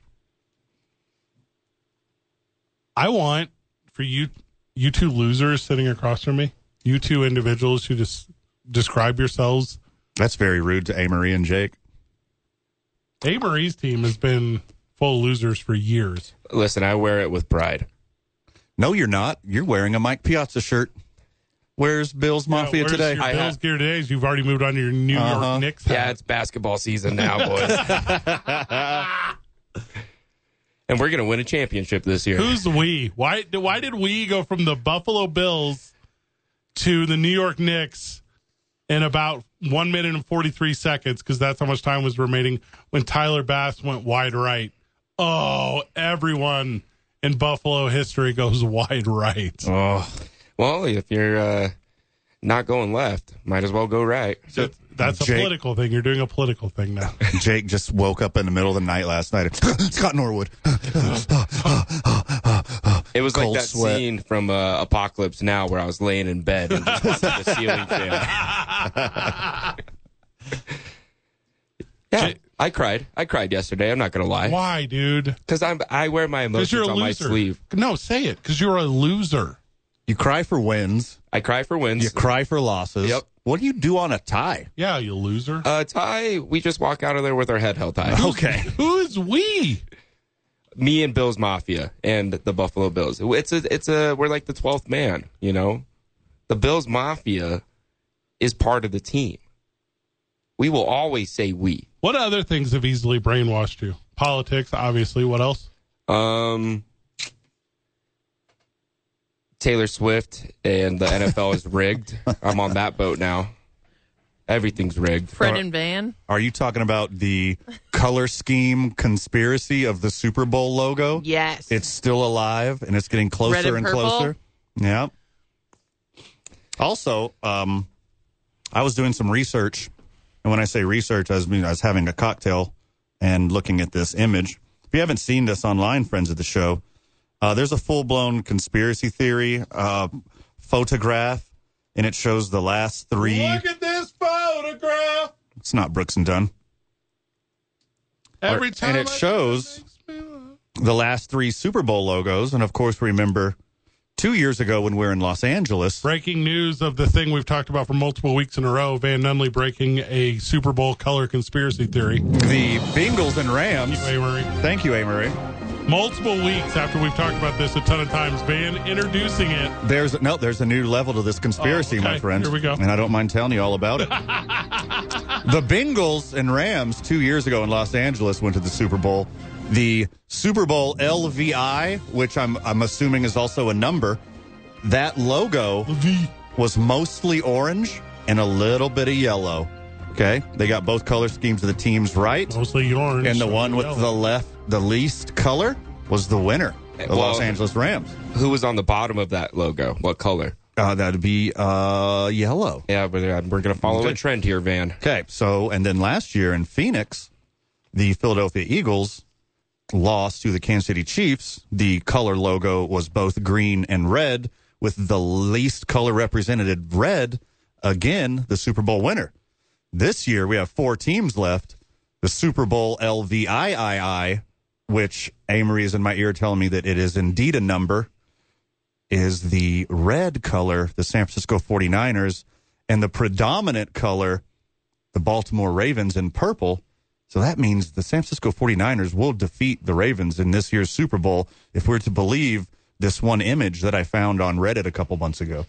[SPEAKER 1] I want for you, you two losers sitting across from me, you two individuals who just describe yourselves.
[SPEAKER 5] That's very rude to Amory and Jake.
[SPEAKER 1] Amory's team has been full of losers for years.
[SPEAKER 4] Listen, I wear it with pride.
[SPEAKER 5] No, you're not. You're wearing a Mike Piazza shirt. Where's Bill's Mafia
[SPEAKER 1] Where's
[SPEAKER 5] today?
[SPEAKER 1] Your
[SPEAKER 4] I-
[SPEAKER 1] Bills gear today is you've already moved on to your New
[SPEAKER 5] Uh-huh.
[SPEAKER 1] York Knicks.
[SPEAKER 4] Yeah,
[SPEAKER 1] hat.
[SPEAKER 4] it's basketball season now, boys. and we're gonna win a championship this year.
[SPEAKER 1] Who's we? Why? Why did we go from the Buffalo Bills to the New York Knicks in about one minute and forty three seconds? Because that's how much time was remaining when Tyler Bass went wide right. Oh, everyone in Buffalo history goes wide right.
[SPEAKER 5] Oh,
[SPEAKER 4] well, if you're uh, not going left, might as well go right.
[SPEAKER 1] That's- that's a
[SPEAKER 5] Jake-
[SPEAKER 1] political thing. You're doing a political thing now.
[SPEAKER 5] Jake just woke up in the middle of the night last night. Scott Norwood.
[SPEAKER 4] It was like
[SPEAKER 5] Cold
[SPEAKER 4] that
[SPEAKER 5] sweat.
[SPEAKER 4] scene from uh, Apocalypse Now where I was laying in bed and just watching the ceiling fan. yeah, I cried. I cried yesterday. I'm not gonna lie
[SPEAKER 1] Why, dude?
[SPEAKER 4] because I'm I wear my
[SPEAKER 1] Because
[SPEAKER 4] emotions
[SPEAKER 1] you're a
[SPEAKER 4] on my
[SPEAKER 1] loser.
[SPEAKER 4] sleeve.
[SPEAKER 1] No, say it. Because you're a loser.
[SPEAKER 5] you cry for wins.
[SPEAKER 4] I cry for
[SPEAKER 5] You
[SPEAKER 4] wins.
[SPEAKER 5] cry for losses.
[SPEAKER 4] Yep.
[SPEAKER 5] What do you do on a tie?
[SPEAKER 1] Yeah, you loser.
[SPEAKER 4] uh, tie. We just walk out of there with our head held high.
[SPEAKER 5] Okay.
[SPEAKER 1] Who is we?
[SPEAKER 4] me and Bills Mafia and the Buffalo Bills. It's a, it's a, we're like the twelfth man, you know. The Bills Mafia is part of the team. We will always say we.
[SPEAKER 1] What other things have easily brainwashed you? Politics, obviously. What else?
[SPEAKER 4] Um, Taylor Swift and the NFL is rigged. I'm on that boat now. Everything's rigged.
[SPEAKER 2] Fred and Van.
[SPEAKER 5] Are you talking about the color scheme conspiracy of the Super Bowl logo?
[SPEAKER 2] Yes.
[SPEAKER 5] It's still alive and it's getting closer
[SPEAKER 2] Red and
[SPEAKER 5] and,
[SPEAKER 2] purple?
[SPEAKER 5] closer. Yeah. Also, um, I was doing some research, and when I say research, I was, I was having a cocktail and looking at this image. If you haven't seen this online, friends of the show, uh, there's a full blown conspiracy theory uh, photograph, and it shows the last three.
[SPEAKER 1] Look at this photograph.
[SPEAKER 5] It's not Brooks and Dunn.
[SPEAKER 1] Every
[SPEAKER 5] And
[SPEAKER 1] time
[SPEAKER 5] it
[SPEAKER 1] I-
[SPEAKER 5] shows- the last three Super Bowl logos. And of course, remember two years ago when we were in Los Angeles.
[SPEAKER 1] breaking news of the thing we've talked about for multiple weeks in a row. Van Nunley breaking a Super Bowl color conspiracy theory.
[SPEAKER 5] The Bengals and Rams.
[SPEAKER 1] Hey, Murray.
[SPEAKER 5] Thank you, Amory.
[SPEAKER 1] Multiple weeks after we've talked about this a ton of times. Van introducing it.
[SPEAKER 5] There's no, there's a new level to this conspiracy,
[SPEAKER 1] Oh, okay.
[SPEAKER 5] my friend.
[SPEAKER 1] Here we go.
[SPEAKER 5] And I don't mind telling you all about it. the Bengals and Rams two years ago in Los Angeles went to the Super Bowl. The Super Bowl LVI, which I'm I'm assuming is also a number, that logo was mostly orange and a little bit of yellow. Okay, they got both color schemes of the teams right,
[SPEAKER 1] Mostly yours.
[SPEAKER 5] and the one with the left, the least color, was the winner, the
[SPEAKER 4] Well-
[SPEAKER 5] Los Angeles Rams.
[SPEAKER 4] Who was on the bottom of that logo? What color?
[SPEAKER 5] Uh, that'd be uh, yellow.
[SPEAKER 4] Yeah, we're, we're going to follow a trend here, Van.
[SPEAKER 5] Okay, so and then last year in Phoenix, the Philadelphia Eagles lost to the Kansas City Chiefs. The color logo was both green and red, with the least color represented red. Again, the Super Bowl winner. This year we have four teams left. The Super Bowl LVIII, which Amory is in my ear telling me that it is indeed a number is the red color, the San Francisco 49ers, and the predominant color, the Baltimore Ravens in purple. So that means the San Francisco 49ers will defeat the Ravens in this year's Super Bowl if we're to believe this one image that I found on Reddit a couple months ago.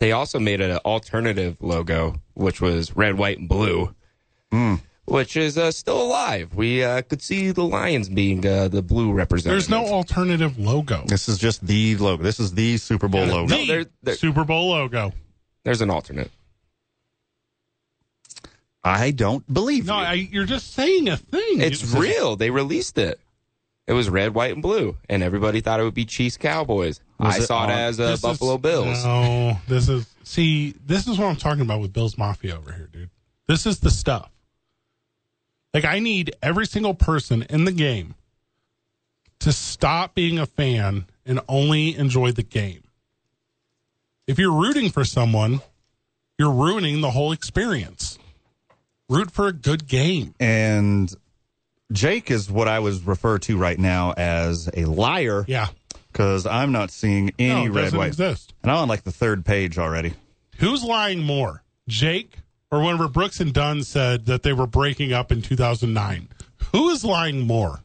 [SPEAKER 4] They also made an alternative logo, which was red, white, and blue, which is uh, still alive. We uh, could see the Lions being uh, the blue representative.
[SPEAKER 1] There's no alternative logo.
[SPEAKER 5] This is just the logo. This is the Super Bowl logo.
[SPEAKER 1] The
[SPEAKER 4] there- there-
[SPEAKER 1] Super Bowl logo.
[SPEAKER 4] There's an alternate.
[SPEAKER 5] I don't believe
[SPEAKER 1] No,
[SPEAKER 5] you.
[SPEAKER 1] I, you're just saying a thing.
[SPEAKER 4] It's
[SPEAKER 1] You-
[SPEAKER 4] real. They released it. It was red, white, and blue, and everybody thought it would be Chiefs Cowboys.
[SPEAKER 5] Was
[SPEAKER 4] I
[SPEAKER 5] it
[SPEAKER 4] saw
[SPEAKER 5] on-
[SPEAKER 4] it as uh,
[SPEAKER 1] This is-
[SPEAKER 4] Buffalo Bills.
[SPEAKER 1] No, this is see, this is what I'm talking about with Bills Mafia over here, dude. This is the stuff. Like I need every single person in the game to stop being a fan and only enjoy the game. If you're rooting for someone, you're ruining the whole experience. Root for a good game.
[SPEAKER 5] And Jake is what I was referred to right now as a liar
[SPEAKER 1] Yeah.
[SPEAKER 5] because I'm not seeing
[SPEAKER 1] No,
[SPEAKER 5] any
[SPEAKER 1] it
[SPEAKER 5] red
[SPEAKER 1] doesn't
[SPEAKER 5] white.
[SPEAKER 1] exist.
[SPEAKER 5] And I'm on like the third page already.
[SPEAKER 1] Who's lying more, Jake or whenever Brooks and Dunn said that they were breaking up in 2009? Who is lying more?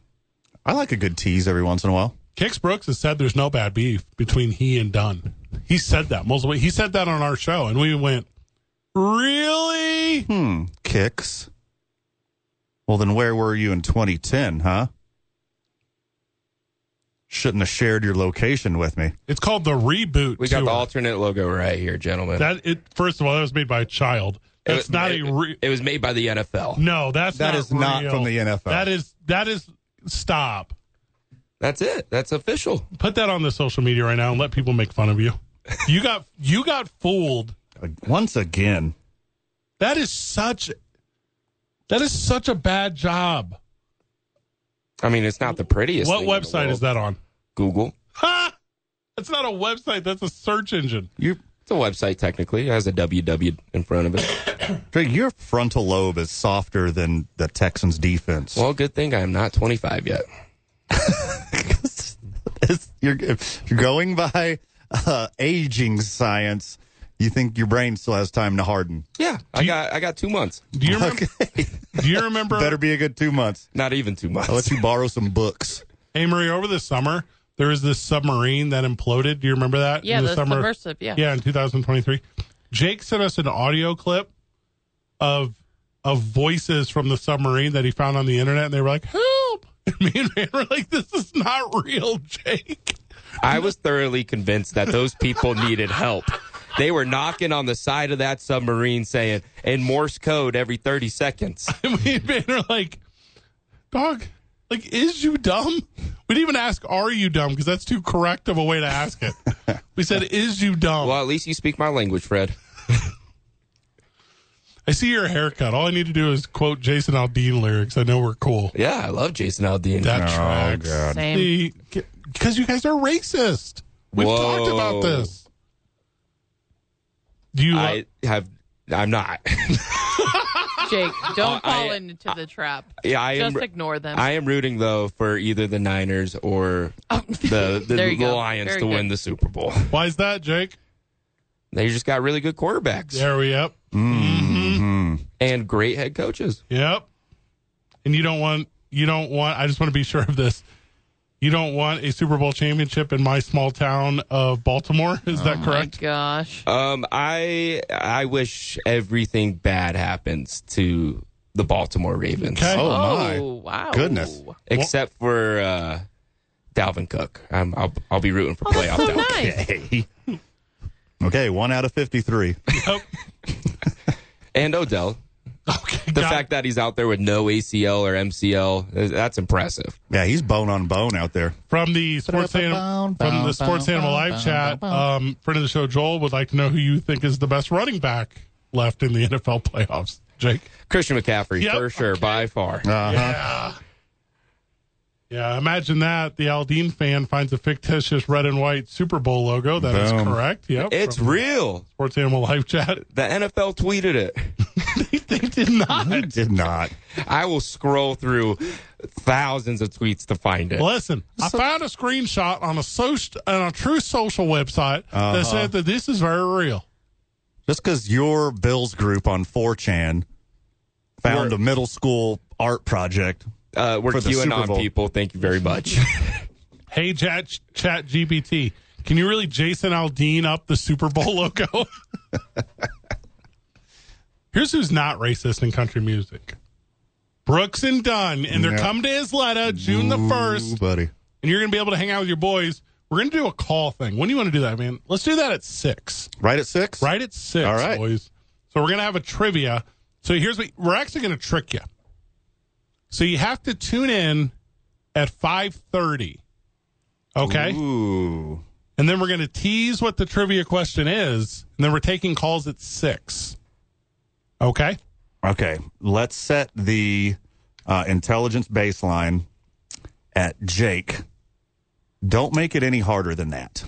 [SPEAKER 5] I like a good tease every once in a while.
[SPEAKER 1] Kix Brooks has said there's no bad beef between he and Dunn. He said that multiple. He said that on our show, and we went, "Really?
[SPEAKER 5] Hmm, kicks. Well, then where were you in 2010, huh? Shouldn't have shared your location with me.
[SPEAKER 1] It's called the reboot."
[SPEAKER 4] We got the
[SPEAKER 1] tour.
[SPEAKER 4] alternate logo right here, gentlemen.
[SPEAKER 1] that. It first of all, that was made by a child.
[SPEAKER 4] It
[SPEAKER 1] That's
[SPEAKER 4] was-
[SPEAKER 1] not
[SPEAKER 4] it,
[SPEAKER 1] a. Re-
[SPEAKER 4] it was made by the NFL.
[SPEAKER 1] no, that's
[SPEAKER 5] That
[SPEAKER 1] not
[SPEAKER 5] is not
[SPEAKER 1] real.
[SPEAKER 5] from the NFL.
[SPEAKER 1] That is that is stop.
[SPEAKER 4] That's it. That's official.
[SPEAKER 1] Put that on the social media right now and let people make fun of you. You got you got fooled.
[SPEAKER 5] Uh, Once again,
[SPEAKER 1] That is such. That is such a bad job.
[SPEAKER 4] I mean, it's not the prettiest.
[SPEAKER 1] what
[SPEAKER 4] thing in the
[SPEAKER 1] website is
[SPEAKER 4] world.
[SPEAKER 1] that on?
[SPEAKER 4] Google.
[SPEAKER 1] Ha! That's not a website. That's a search engine.
[SPEAKER 5] you,
[SPEAKER 4] It's a website technically. It has a ww in front of it.
[SPEAKER 5] Drake, your frontal lobe is softer than the Texans' defense.
[SPEAKER 4] well, good thing I'm not 25 yet.
[SPEAKER 5] It's- you're, if you're going by uh, aging science. You think your brain still has time to harden?
[SPEAKER 4] Yeah, I got I got two months.
[SPEAKER 1] Do you remember?
[SPEAKER 5] Okay.
[SPEAKER 1] Do you remember?
[SPEAKER 5] Better be a good two months.
[SPEAKER 4] Not even two months.
[SPEAKER 5] I'll let you borrow some books.
[SPEAKER 1] Hey, Marie, over the summer there was this submarine that imploded. Do you remember that?
[SPEAKER 2] Yeah,
[SPEAKER 1] In
[SPEAKER 2] the submersive, yeah.
[SPEAKER 1] yeah, in 2023. Jake sent us an audio clip of of voices from the submarine that he found on the internet, and they were like, "Help!" And me and Van were like, "This is not real, Jake."
[SPEAKER 4] I was thoroughly convinced that those people needed help. They were knocking on the side of that submarine saying, in Morse code every 30 seconds.
[SPEAKER 1] And me and Van are like, "Dog, like, is you dumb?" We didn't even ask, "Are you dumb?" Because that's too correct of a way to ask it. We said, "Is you dumb?"
[SPEAKER 4] Well, at least you speak my language, Fred.
[SPEAKER 1] I see your haircut. All I need to do is quote Jason Aldean lyrics. I know we're cool.
[SPEAKER 4] Yeah, I love Jason Aldean.
[SPEAKER 1] That tracks.
[SPEAKER 2] Same.
[SPEAKER 1] Because you guys are racist. We've
[SPEAKER 4] Whoa.
[SPEAKER 1] talked about this. Do you? uh,
[SPEAKER 4] I have. I'm not.
[SPEAKER 2] Jake,
[SPEAKER 4] Uh,
[SPEAKER 2] don't
[SPEAKER 4] I-
[SPEAKER 2] fall into the trap.
[SPEAKER 4] Yeah, I am.
[SPEAKER 2] Just ignore them.
[SPEAKER 4] I am rooting though for either the Niners or the the,
[SPEAKER 2] Oh, There you
[SPEAKER 4] the
[SPEAKER 2] go.
[SPEAKER 4] Lions
[SPEAKER 2] Very
[SPEAKER 4] to win
[SPEAKER 2] good.
[SPEAKER 4] the Super Bowl.
[SPEAKER 1] why is that, Jake?
[SPEAKER 4] They just got really good quarterbacks
[SPEAKER 1] There we up.
[SPEAKER 4] and great head coaches.
[SPEAKER 1] Yep. And you don't want. You don't want. I just want to be sure of this. You don't want a Super Bowl championship in my small town of Baltimore. Is
[SPEAKER 4] Oh
[SPEAKER 1] that
[SPEAKER 2] My
[SPEAKER 1] correct?
[SPEAKER 2] gosh.
[SPEAKER 4] Um, I I wish everything bad happens to the Baltimore Ravens,
[SPEAKER 1] Okay.
[SPEAKER 5] Oh, my.
[SPEAKER 2] oh, wow.
[SPEAKER 5] goodness.
[SPEAKER 4] except for uh, Dalvin Cook. Um, I'll I'll be rooting for
[SPEAKER 2] Oh,
[SPEAKER 4] playoff
[SPEAKER 2] that's so
[SPEAKER 4] Dalvin.
[SPEAKER 2] nice.
[SPEAKER 5] Okay, one out of 53.
[SPEAKER 4] Oh.
[SPEAKER 1] Yep.
[SPEAKER 4] and Odell.
[SPEAKER 1] Okay.
[SPEAKER 4] The
[SPEAKER 1] got
[SPEAKER 4] fact that he's out there with no ACL or MCL, that's impressive.
[SPEAKER 5] Yeah, he's bone on bone out there.
[SPEAKER 1] From the sports animal, from the sports animal live chat, um, friend of the show Joel would like to know who you think is the best running back left in the NFL playoffs. Jake,
[SPEAKER 4] Christian McCaffrey,
[SPEAKER 1] Yep.
[SPEAKER 4] for sure, by far.
[SPEAKER 5] Uh-huh.
[SPEAKER 1] yeah, imagine that the Aldine fan finds a fictitious red and white Super Bowl logo. That is
[SPEAKER 5] Boom.
[SPEAKER 1] correct. Yep,
[SPEAKER 4] It's
[SPEAKER 1] from
[SPEAKER 4] real.
[SPEAKER 1] sports animal live chat.
[SPEAKER 4] The NFL tweeted it.
[SPEAKER 1] they did not
[SPEAKER 5] He did not.
[SPEAKER 4] I will scroll through thousands of tweets to find it.
[SPEAKER 1] listen. I found a screenshot on a social on a true social website
[SPEAKER 5] Uh-huh.
[SPEAKER 1] that said that this is very real.
[SPEAKER 5] Just because your Bills group on 4chan found
[SPEAKER 4] We're-
[SPEAKER 5] a middle school art project.
[SPEAKER 4] Uh, we're
[SPEAKER 5] For the Super
[SPEAKER 4] QAnon
[SPEAKER 5] Bowl.
[SPEAKER 4] people. Thank you very much.
[SPEAKER 1] Hey, chat, chat GPT, can you really Jason Aldean up the Super Bowl logo? Here's who's not racist in country music Brooks and Dunn, and they're
[SPEAKER 5] Yeah.
[SPEAKER 1] coming to Isleta June the
[SPEAKER 5] Ooh,
[SPEAKER 1] 1st,
[SPEAKER 5] buddy.
[SPEAKER 1] and you're going to be able to hang out with your boys. We're going to do a call thing. When do you want to do that, man? Let's do that at 6.
[SPEAKER 5] Right at six?
[SPEAKER 1] Right at six,
[SPEAKER 5] All right.
[SPEAKER 1] boys. So we're gonna have a trivia. So here's what we're actually gonna trick you. So you have to tune in at five thirty. Okay.
[SPEAKER 5] Ooh.
[SPEAKER 1] And then we're gonna tease what the trivia question is, and then we're taking calls at six. Okay.
[SPEAKER 5] Okay, let's set the uh, intelligence baseline at Jake. Don't make it any harder than that.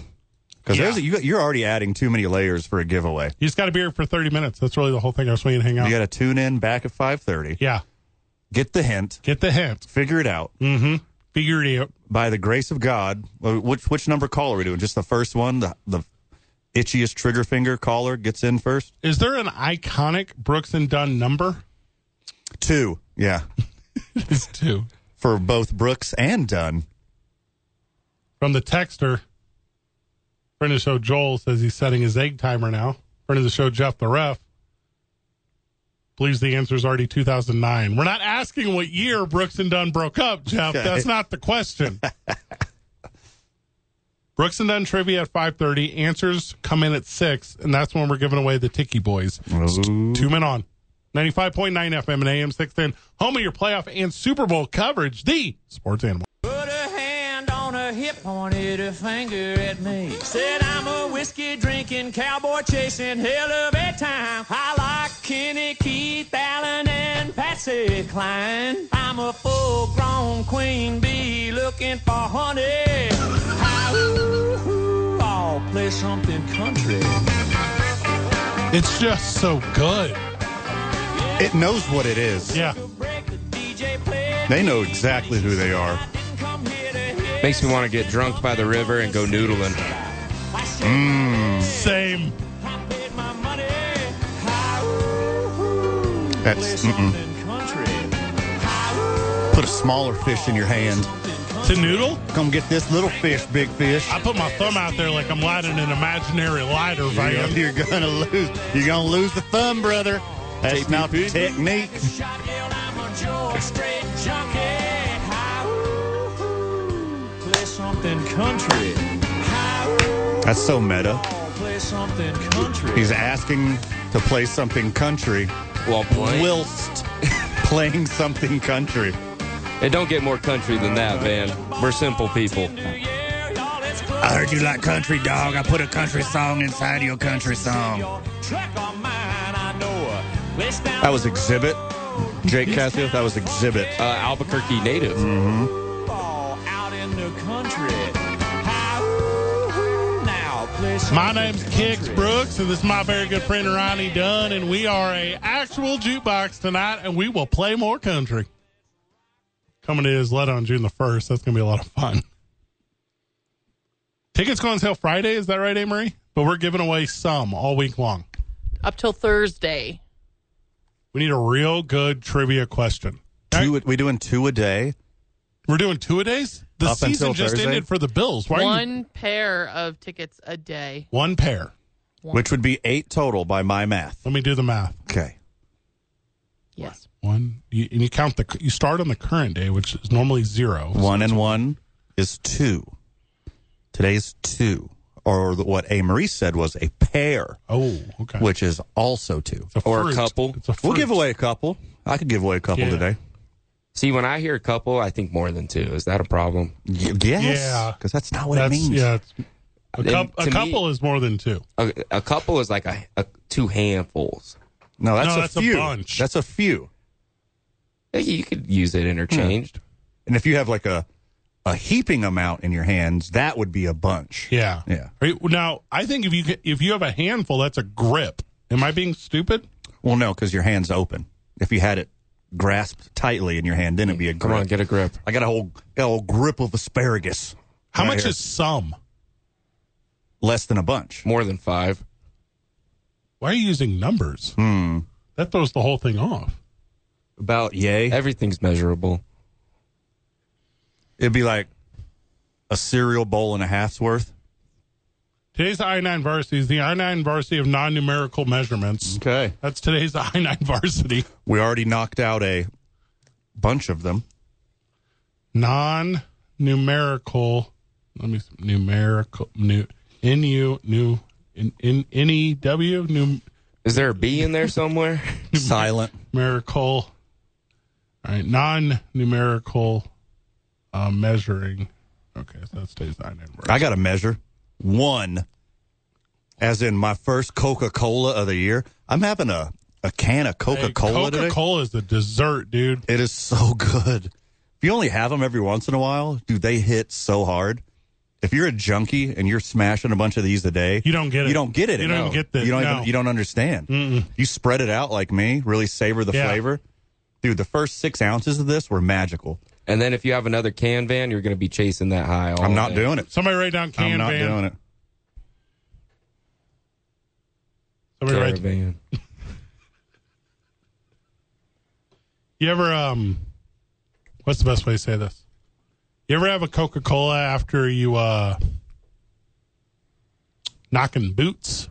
[SPEAKER 5] Because
[SPEAKER 1] Yeah.
[SPEAKER 5] there's you, you're already adding too many layers for a giveaway.
[SPEAKER 1] You just got to be here for 30 minutes. That's really the whole thing. I was waiting to hang out.
[SPEAKER 5] You got to tune in back at 5:30.
[SPEAKER 1] yeah.
[SPEAKER 5] Get the hint.
[SPEAKER 1] Get the hint.
[SPEAKER 5] Figure it out.
[SPEAKER 1] Figure it out.
[SPEAKER 5] By the grace of God, uh, which which number call are we doing? Just the first one, the the itchiest trigger finger caller gets in first.
[SPEAKER 1] Is there an iconic Brooks and Dunn number?
[SPEAKER 5] Two, yeah,
[SPEAKER 1] It's two.
[SPEAKER 5] for both Brooks and Dunn.
[SPEAKER 1] From the texter, friend of the show Joel says he's setting his egg timer now. Friend of the show Jeff the ref believes the answer is already 2009. We're not asking what year Brooks and Dunn broke up, Jeff.
[SPEAKER 5] Okay.
[SPEAKER 1] That's not the question. Brooks and Dunn trivia at 5:30. Answers come in at six, and that's when we're giving away the Tiki Boys. It's t- Two men on. 95.9 FM and AM 610, home of your playoff and Super Bowl coverage, the sports animal.
[SPEAKER 6] Put a hand on her hip, pointed a finger at me. Said I'm a whiskey drinking, cowboy chasing hell of a time. I like Kenny Keith, Allen, and Patsy Cline. I'm a full grown queen bee looking for honey. Hi, ooh, ooh, I'll play something country.
[SPEAKER 1] It's just so good.
[SPEAKER 5] It knows what it is.
[SPEAKER 1] Yeah.
[SPEAKER 6] Break the DJ play.
[SPEAKER 5] They know exactly who they are.
[SPEAKER 6] I didn't come here to hear
[SPEAKER 4] Makes me want to get drunk by the river and go noodling.
[SPEAKER 6] I said my
[SPEAKER 1] Same.
[SPEAKER 6] I paid my money. Hi, ooh, ooh,
[SPEAKER 5] That's-
[SPEAKER 6] play
[SPEAKER 5] mm-mm.
[SPEAKER 6] something country.
[SPEAKER 5] Put a smaller fish in your hand.
[SPEAKER 1] To noodle?
[SPEAKER 5] Come get this little fish, big fish.
[SPEAKER 1] I put my thumb out there like I'm lighting an imaginary lighter
[SPEAKER 5] You're,
[SPEAKER 1] van.
[SPEAKER 5] you're gonna lose. You're gonna lose the thumb, brother. That's not the technique.
[SPEAKER 6] Shot down, I'm a George Strait junkie. Hi, ooh, ooh, play something country. Hi,
[SPEAKER 5] That's so meta.
[SPEAKER 6] ooh, play something country.
[SPEAKER 5] He's asking to play something country
[SPEAKER 4] While playing.
[SPEAKER 5] whilst playing something country.
[SPEAKER 4] It don't get more country than that, man. We're simple people.
[SPEAKER 6] New year, y'all, it's
[SPEAKER 5] I
[SPEAKER 6] close.
[SPEAKER 5] heard you like country, dog. I put a country song inside your country song.
[SPEAKER 6] Your truck or mine, I know. Let's down
[SPEAKER 5] That was
[SPEAKER 6] the
[SPEAKER 5] Exhibit. Jake Cassio, that was Exhibit.
[SPEAKER 4] Uh, Albuquerque native.
[SPEAKER 6] road, out in the country. Hi, ooh, ooh, now play something
[SPEAKER 1] My name's Kix
[SPEAKER 6] country.
[SPEAKER 1] Brooks, and this is my very good friend Ronnie Dunn, and we are a actual jukebox tonight, and we will play more country. Coming to his lead on June the first. That's gonna be a lot of fun. Tickets go on sale Friday, is that right, Amory? But we're giving away some all week long.
[SPEAKER 2] Up till Thursday.
[SPEAKER 1] We need a real good trivia question.
[SPEAKER 5] Two, we doing two a day.
[SPEAKER 1] We're doing two a days. The
[SPEAKER 5] Up until
[SPEAKER 1] season just
[SPEAKER 5] Thursday?
[SPEAKER 1] ended for the Bills. Why are you-
[SPEAKER 2] One pair of tickets a day.
[SPEAKER 1] one pair?
[SPEAKER 5] which would be eight total by my math.
[SPEAKER 1] Let me do the math.
[SPEAKER 5] Okay.
[SPEAKER 2] Yes.
[SPEAKER 1] One, you, and you count the you start on the current day, which is normally zero.
[SPEAKER 5] One and one is two. Today's two, or the- what A. Marie said was a pair,
[SPEAKER 1] Oh, okay.
[SPEAKER 5] which is also two.
[SPEAKER 1] It's
[SPEAKER 4] Or a
[SPEAKER 1] fruit.
[SPEAKER 4] couple.
[SPEAKER 1] It's a
[SPEAKER 5] We'll
[SPEAKER 1] fruit.
[SPEAKER 5] give away a couple. I could give away a couple
[SPEAKER 1] Yeah.
[SPEAKER 5] today.
[SPEAKER 4] See, when I hear a couple, I think more than two. Is that a problem?
[SPEAKER 5] Y- yes.
[SPEAKER 1] Yeah.
[SPEAKER 5] Because that's not what
[SPEAKER 1] That's,
[SPEAKER 5] it means.
[SPEAKER 1] Yeah, it's- a,
[SPEAKER 4] Then
[SPEAKER 1] cup, a
[SPEAKER 4] to me-
[SPEAKER 1] couple is more than two.
[SPEAKER 4] A, a couple is like a, a two handfuls.
[SPEAKER 5] No, that's,
[SPEAKER 1] No,
[SPEAKER 5] a,
[SPEAKER 1] that's a
[SPEAKER 5] few.
[SPEAKER 1] bunch.
[SPEAKER 5] That's a few.
[SPEAKER 4] Yeah, You could use it interchanged.
[SPEAKER 5] And if you have like a a heaping amount in your hands, that would be a bunch.
[SPEAKER 1] Yeah,
[SPEAKER 5] Yeah.
[SPEAKER 1] Are you- now, I think if you get- if you have a handful, that's a grip. Am I being stupid?
[SPEAKER 5] Well, no, because your hand's open. If you had it grasped tightly in your hand, then it'd be a grip.
[SPEAKER 4] Come on, get a grip.
[SPEAKER 5] I got a whole, got a whole grip of asparagus.
[SPEAKER 1] How
[SPEAKER 5] right
[SPEAKER 1] much
[SPEAKER 5] here.
[SPEAKER 1] is some?
[SPEAKER 5] less than a bunch?
[SPEAKER 4] More than five.
[SPEAKER 1] Why are you using numbers? Hmm. That throws the whole thing off.
[SPEAKER 5] About yay.
[SPEAKER 4] Everything's measurable.
[SPEAKER 5] It'd be like a cereal bowl and a half's worth.
[SPEAKER 1] Today's I9 varsity is the I9 varsity of non numerical measurements.
[SPEAKER 5] Okay.
[SPEAKER 1] That's today's I9 varsity.
[SPEAKER 5] We already knocked out a bunch of them.
[SPEAKER 1] non numerical let me numerical new nu new in in any w
[SPEAKER 4] Is there a B in there somewhere?
[SPEAKER 5] Silent.
[SPEAKER 1] numerical all right non numerical uh measuring okay so that stays nine in
[SPEAKER 5] I got a measure. One, as in my first Coca Cola of the year. I'm having a, a can of Coca Cola today.
[SPEAKER 1] cola is the dessert dude
[SPEAKER 5] It is so good. If you only have them every once in a while, dude, they hit so hard. If you're a junkie and you're smashing a bunch of these a day,
[SPEAKER 1] You don't get it.
[SPEAKER 5] You don't get it.
[SPEAKER 1] You don't
[SPEAKER 5] no.
[SPEAKER 1] get the-
[SPEAKER 5] You don't
[SPEAKER 1] no.
[SPEAKER 5] even. You don't understand. You spread it out like me. Really savor the
[SPEAKER 1] Yeah.
[SPEAKER 5] flavor, dude. The first six ounces of this were magical.
[SPEAKER 4] And then if you have another can van, you're going to be chasing that high. All
[SPEAKER 5] I'm not
[SPEAKER 4] day.
[SPEAKER 5] doing it.
[SPEAKER 1] Somebody write down can
[SPEAKER 5] I'm not
[SPEAKER 1] van.
[SPEAKER 5] doing it.
[SPEAKER 1] Somebody write.
[SPEAKER 4] Caravan.
[SPEAKER 1] You ever um, what's the best way to say this? You ever have a Coca Cola after you uh, knocking boots?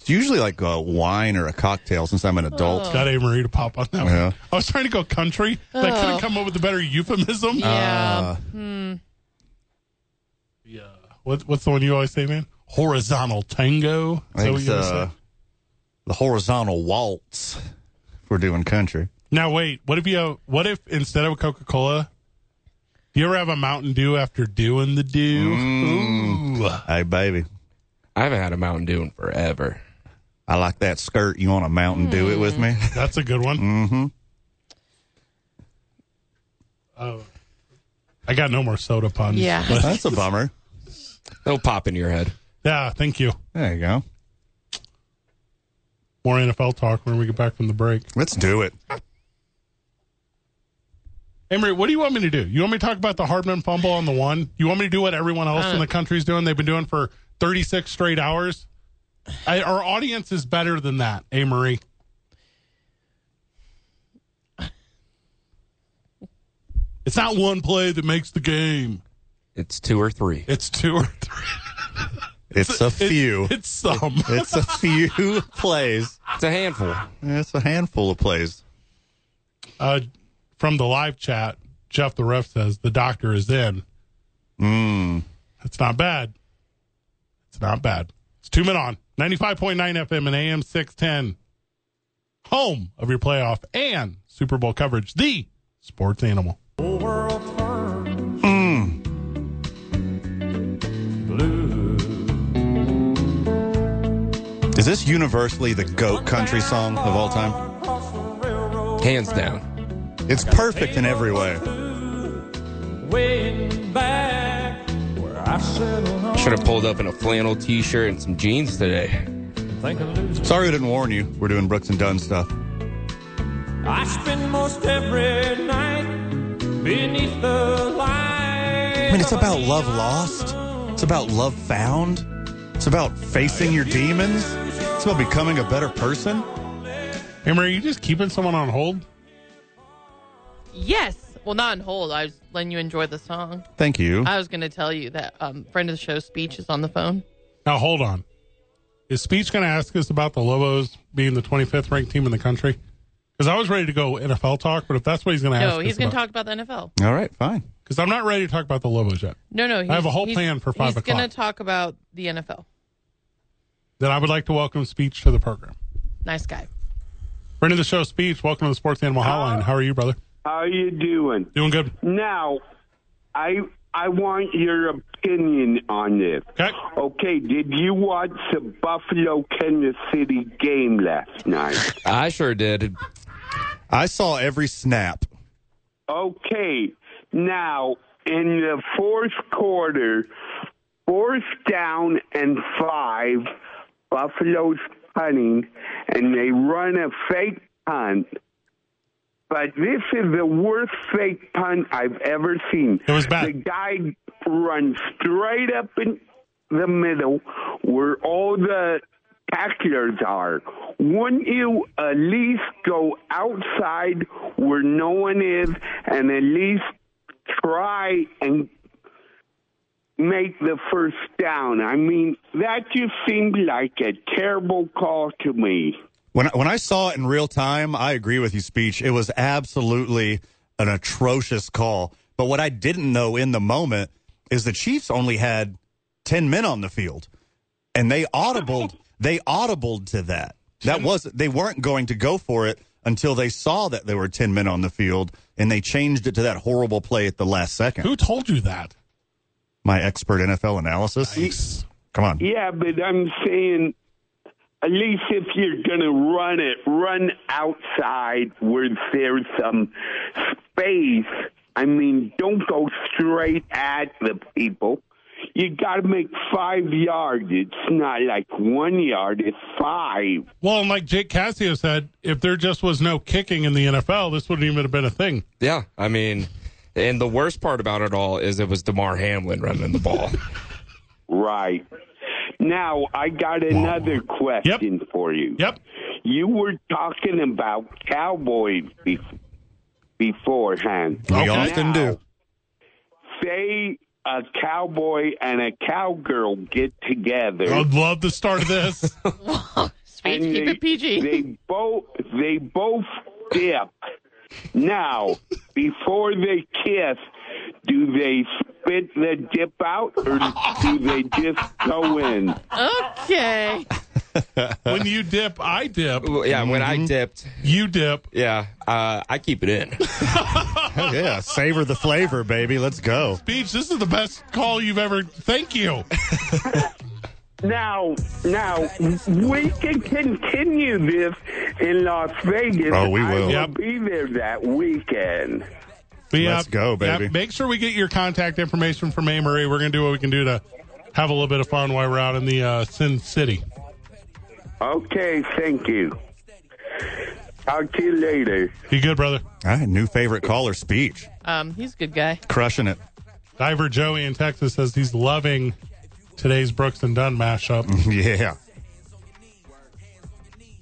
[SPEAKER 5] It's usually like a wine or a cocktail since I'm an adult.
[SPEAKER 1] Got a Marie to pop on that
[SPEAKER 5] Oh. Yeah. Oh.
[SPEAKER 1] one. I was trying to go country, but I couldn't come up with a better euphemism.
[SPEAKER 5] Uh.
[SPEAKER 2] Yeah.
[SPEAKER 1] Yeah. What, what's the one you always say, man? Horizontal tango. Is
[SPEAKER 5] I think
[SPEAKER 1] what
[SPEAKER 5] it's,
[SPEAKER 1] you always
[SPEAKER 5] uh,
[SPEAKER 1] say?
[SPEAKER 5] the horizontal waltz. If we're doing country.
[SPEAKER 1] Now wait, what if you have, what if instead of Coca Cola, you ever have a Mountain Dew after doing the dew?
[SPEAKER 5] Mm.
[SPEAKER 1] Ooh.
[SPEAKER 5] Hey, baby,
[SPEAKER 4] I haven't had a Mountain Dew in forever.
[SPEAKER 5] I like that skirt. You want a Mountain Dew it with me?
[SPEAKER 1] That's a good one. Mm-hmm. Oh, I got no more soda puns.
[SPEAKER 2] Yeah.
[SPEAKER 1] but-
[SPEAKER 5] That's a bummer.
[SPEAKER 4] It'll pop in your head.
[SPEAKER 1] yeah. Thank you.
[SPEAKER 5] There you go.
[SPEAKER 1] More NFL talk when we get back from the break.
[SPEAKER 5] Let's do it.
[SPEAKER 1] Emery, what do you want me to do? You want me to talk about the Hardman fumble on the one? You want me to do what everyone else in the country's doing? They've been doing for 36 straight hours. I, our audience is better than that, eh, Amory. It's not one play that makes the game.
[SPEAKER 4] It's two or three.
[SPEAKER 1] It's two or three.
[SPEAKER 5] It's a few.
[SPEAKER 1] It's some.
[SPEAKER 5] It's a few plays.
[SPEAKER 4] It's a handful.
[SPEAKER 5] It's a handful of plays.
[SPEAKER 1] Uh, from the live chat, Jeff the ref says the doctor is in. Mm. That's not bad. It's not bad. It's two men on 95.9 FM and AM 610. Home of your playoff and Super Bowl coverage. The sports animal.
[SPEAKER 5] Is this universally the GOAT country song of all time?
[SPEAKER 4] Hands down.
[SPEAKER 5] It's perfect in every way.
[SPEAKER 4] Should have pulled up in a flannel t shirt and some jeans today.
[SPEAKER 5] Sorry I didn't warn you. We're doing Brooks and Dunn stuff.
[SPEAKER 6] I spend most every night beneath the light.
[SPEAKER 5] I mean, it's about love lost, it's about love found, it's about facing your demons, it's about becoming a better person.
[SPEAKER 1] Amory, are you just keeping someone on hold?
[SPEAKER 2] Yes. Well, not on hold. I was letting you enjoy the song.
[SPEAKER 5] Thank you.
[SPEAKER 2] I was going to tell you that um, friend of the show speech is on the phone.
[SPEAKER 1] Now, hold on. Is Speech going to ask us about the Lobos being the 25th ranked team in the country? Because I was ready to go NFL talk, but if that's what he's going to ask
[SPEAKER 2] No, he's
[SPEAKER 1] going
[SPEAKER 2] going to talk about the NFL.
[SPEAKER 5] All right, fine.
[SPEAKER 1] Because I'm not ready to talk about the Lobos yet.
[SPEAKER 2] No, no. He's,
[SPEAKER 1] have a whole
[SPEAKER 2] he's-
[SPEAKER 1] plan for five
[SPEAKER 2] He's going
[SPEAKER 1] o'clock.
[SPEAKER 2] to talk about the NFL.
[SPEAKER 1] Then I would like to welcome Speech to the program.
[SPEAKER 2] Nice guy.
[SPEAKER 1] Friend of the show, Speech, welcome to the Sports Animal Hotline. How are you, brother?
[SPEAKER 7] How you doing?
[SPEAKER 1] Doing good.
[SPEAKER 7] Now, I I want your opinion on this.
[SPEAKER 1] Okay.
[SPEAKER 7] Okay, did you watch the Buffalo Kansas City game last night?
[SPEAKER 4] I sure did.
[SPEAKER 5] I saw every snap.
[SPEAKER 7] Okay. Now, in the fourth quarter, fourth down and five, Buffalo's punting, and they run a fake punt. But this is the worst fake punt I've ever seen.
[SPEAKER 1] It was bad.
[SPEAKER 7] The guy runs straight up in the middle where all the tacklers are. Wouldn't you at least go outside where no one is and at least try and make the first down? I mean, that just seemed like a terrible call to me.
[SPEAKER 5] When I, when I saw it in real time, I agree with you, Speech. It was absolutely an atrocious call. But what I didn't know in the moment is the Chiefs only had 10 men on the field and they audibled they audibled to that. That was they weren't going to go for it until they saw that there were 10 men on the field and they changed it to that horrible play at the last second.
[SPEAKER 1] Who told you that?
[SPEAKER 5] My expert NFL analysis. Come on.
[SPEAKER 7] Yeah, but I'm saying at least if you're going to run it, run outside where there's some space I mean, don't go straight at the people. You got to make five yards. It's not like one yard, it's five.
[SPEAKER 1] Well, and like Jake Cassio said, if there just was no kicking in the NFL, this wouldn't even have been a thing.
[SPEAKER 4] Yeah, I mean, and the worst part about it all is it was Demar Hamlin running the ball.
[SPEAKER 7] Right. Now, I got another question for you.
[SPEAKER 1] Yep.
[SPEAKER 7] You were talking about Cowboys be- beforehand.
[SPEAKER 5] We
[SPEAKER 7] Now,
[SPEAKER 5] often do.
[SPEAKER 7] Say a cowboy and a cowgirl get together.
[SPEAKER 5] Oh,
[SPEAKER 1] I'd love the start of this.
[SPEAKER 2] Sweet,
[SPEAKER 7] and
[SPEAKER 2] keep
[SPEAKER 7] they,
[SPEAKER 2] it PG.
[SPEAKER 7] They both they both dip. Now, before they kiss, do they spit the dip out or do they just go in?
[SPEAKER 2] okay.
[SPEAKER 1] when you dip, I dip.
[SPEAKER 4] Well, yeah, when I dipped,
[SPEAKER 1] You dip.
[SPEAKER 4] yeah, uh, I keep it in.
[SPEAKER 5] Hell yeah, savor the flavor, baby. Let's go.
[SPEAKER 1] Beach, this is the best call you've ever. Thank you.
[SPEAKER 7] Now, now we can continue this in Las Vegas.
[SPEAKER 5] Oh, we
[SPEAKER 7] I
[SPEAKER 5] will.
[SPEAKER 1] Yep.
[SPEAKER 7] be there that weekend.
[SPEAKER 1] We,
[SPEAKER 5] Let's go, baby.
[SPEAKER 1] make sure we get your contact information from A. Marie. We're going to do what we can do to have a little bit of fun while we're out in the uh, Sin City.
[SPEAKER 7] Okay, thank you. Talk to you later.
[SPEAKER 1] You good, brother?
[SPEAKER 5] All right, new favorite caller speech.
[SPEAKER 2] Um, he's a good guy.
[SPEAKER 5] Crushing it.
[SPEAKER 1] Diver Joey in Texas says he's loving today's Brooks and Dunn mashup.
[SPEAKER 5] Yeah.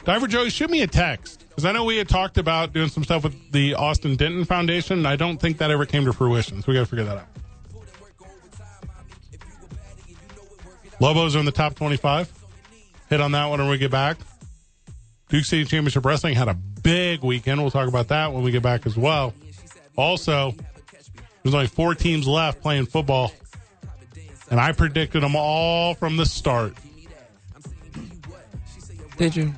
[SPEAKER 1] Diver Joey, shoot me a text because I know we had talked about doing some stuff with the Austin Denton Foundation. And I don't think that ever came to fruition, so we got to figure that out. Lobos are in the top twenty-five. Hit on that one when we get back. Duke City Championship Wrestling had a big weekend. We'll talk about that when we get back as well. Also, there's only four teams left playing football, and I predicted them all from the start.
[SPEAKER 4] Did you?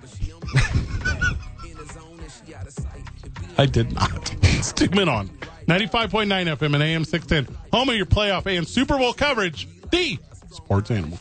[SPEAKER 1] I did not. Stupid on. 95.9 FM and AM 610. Home of your playoff and Super Bowl coverage. The Sports Animal.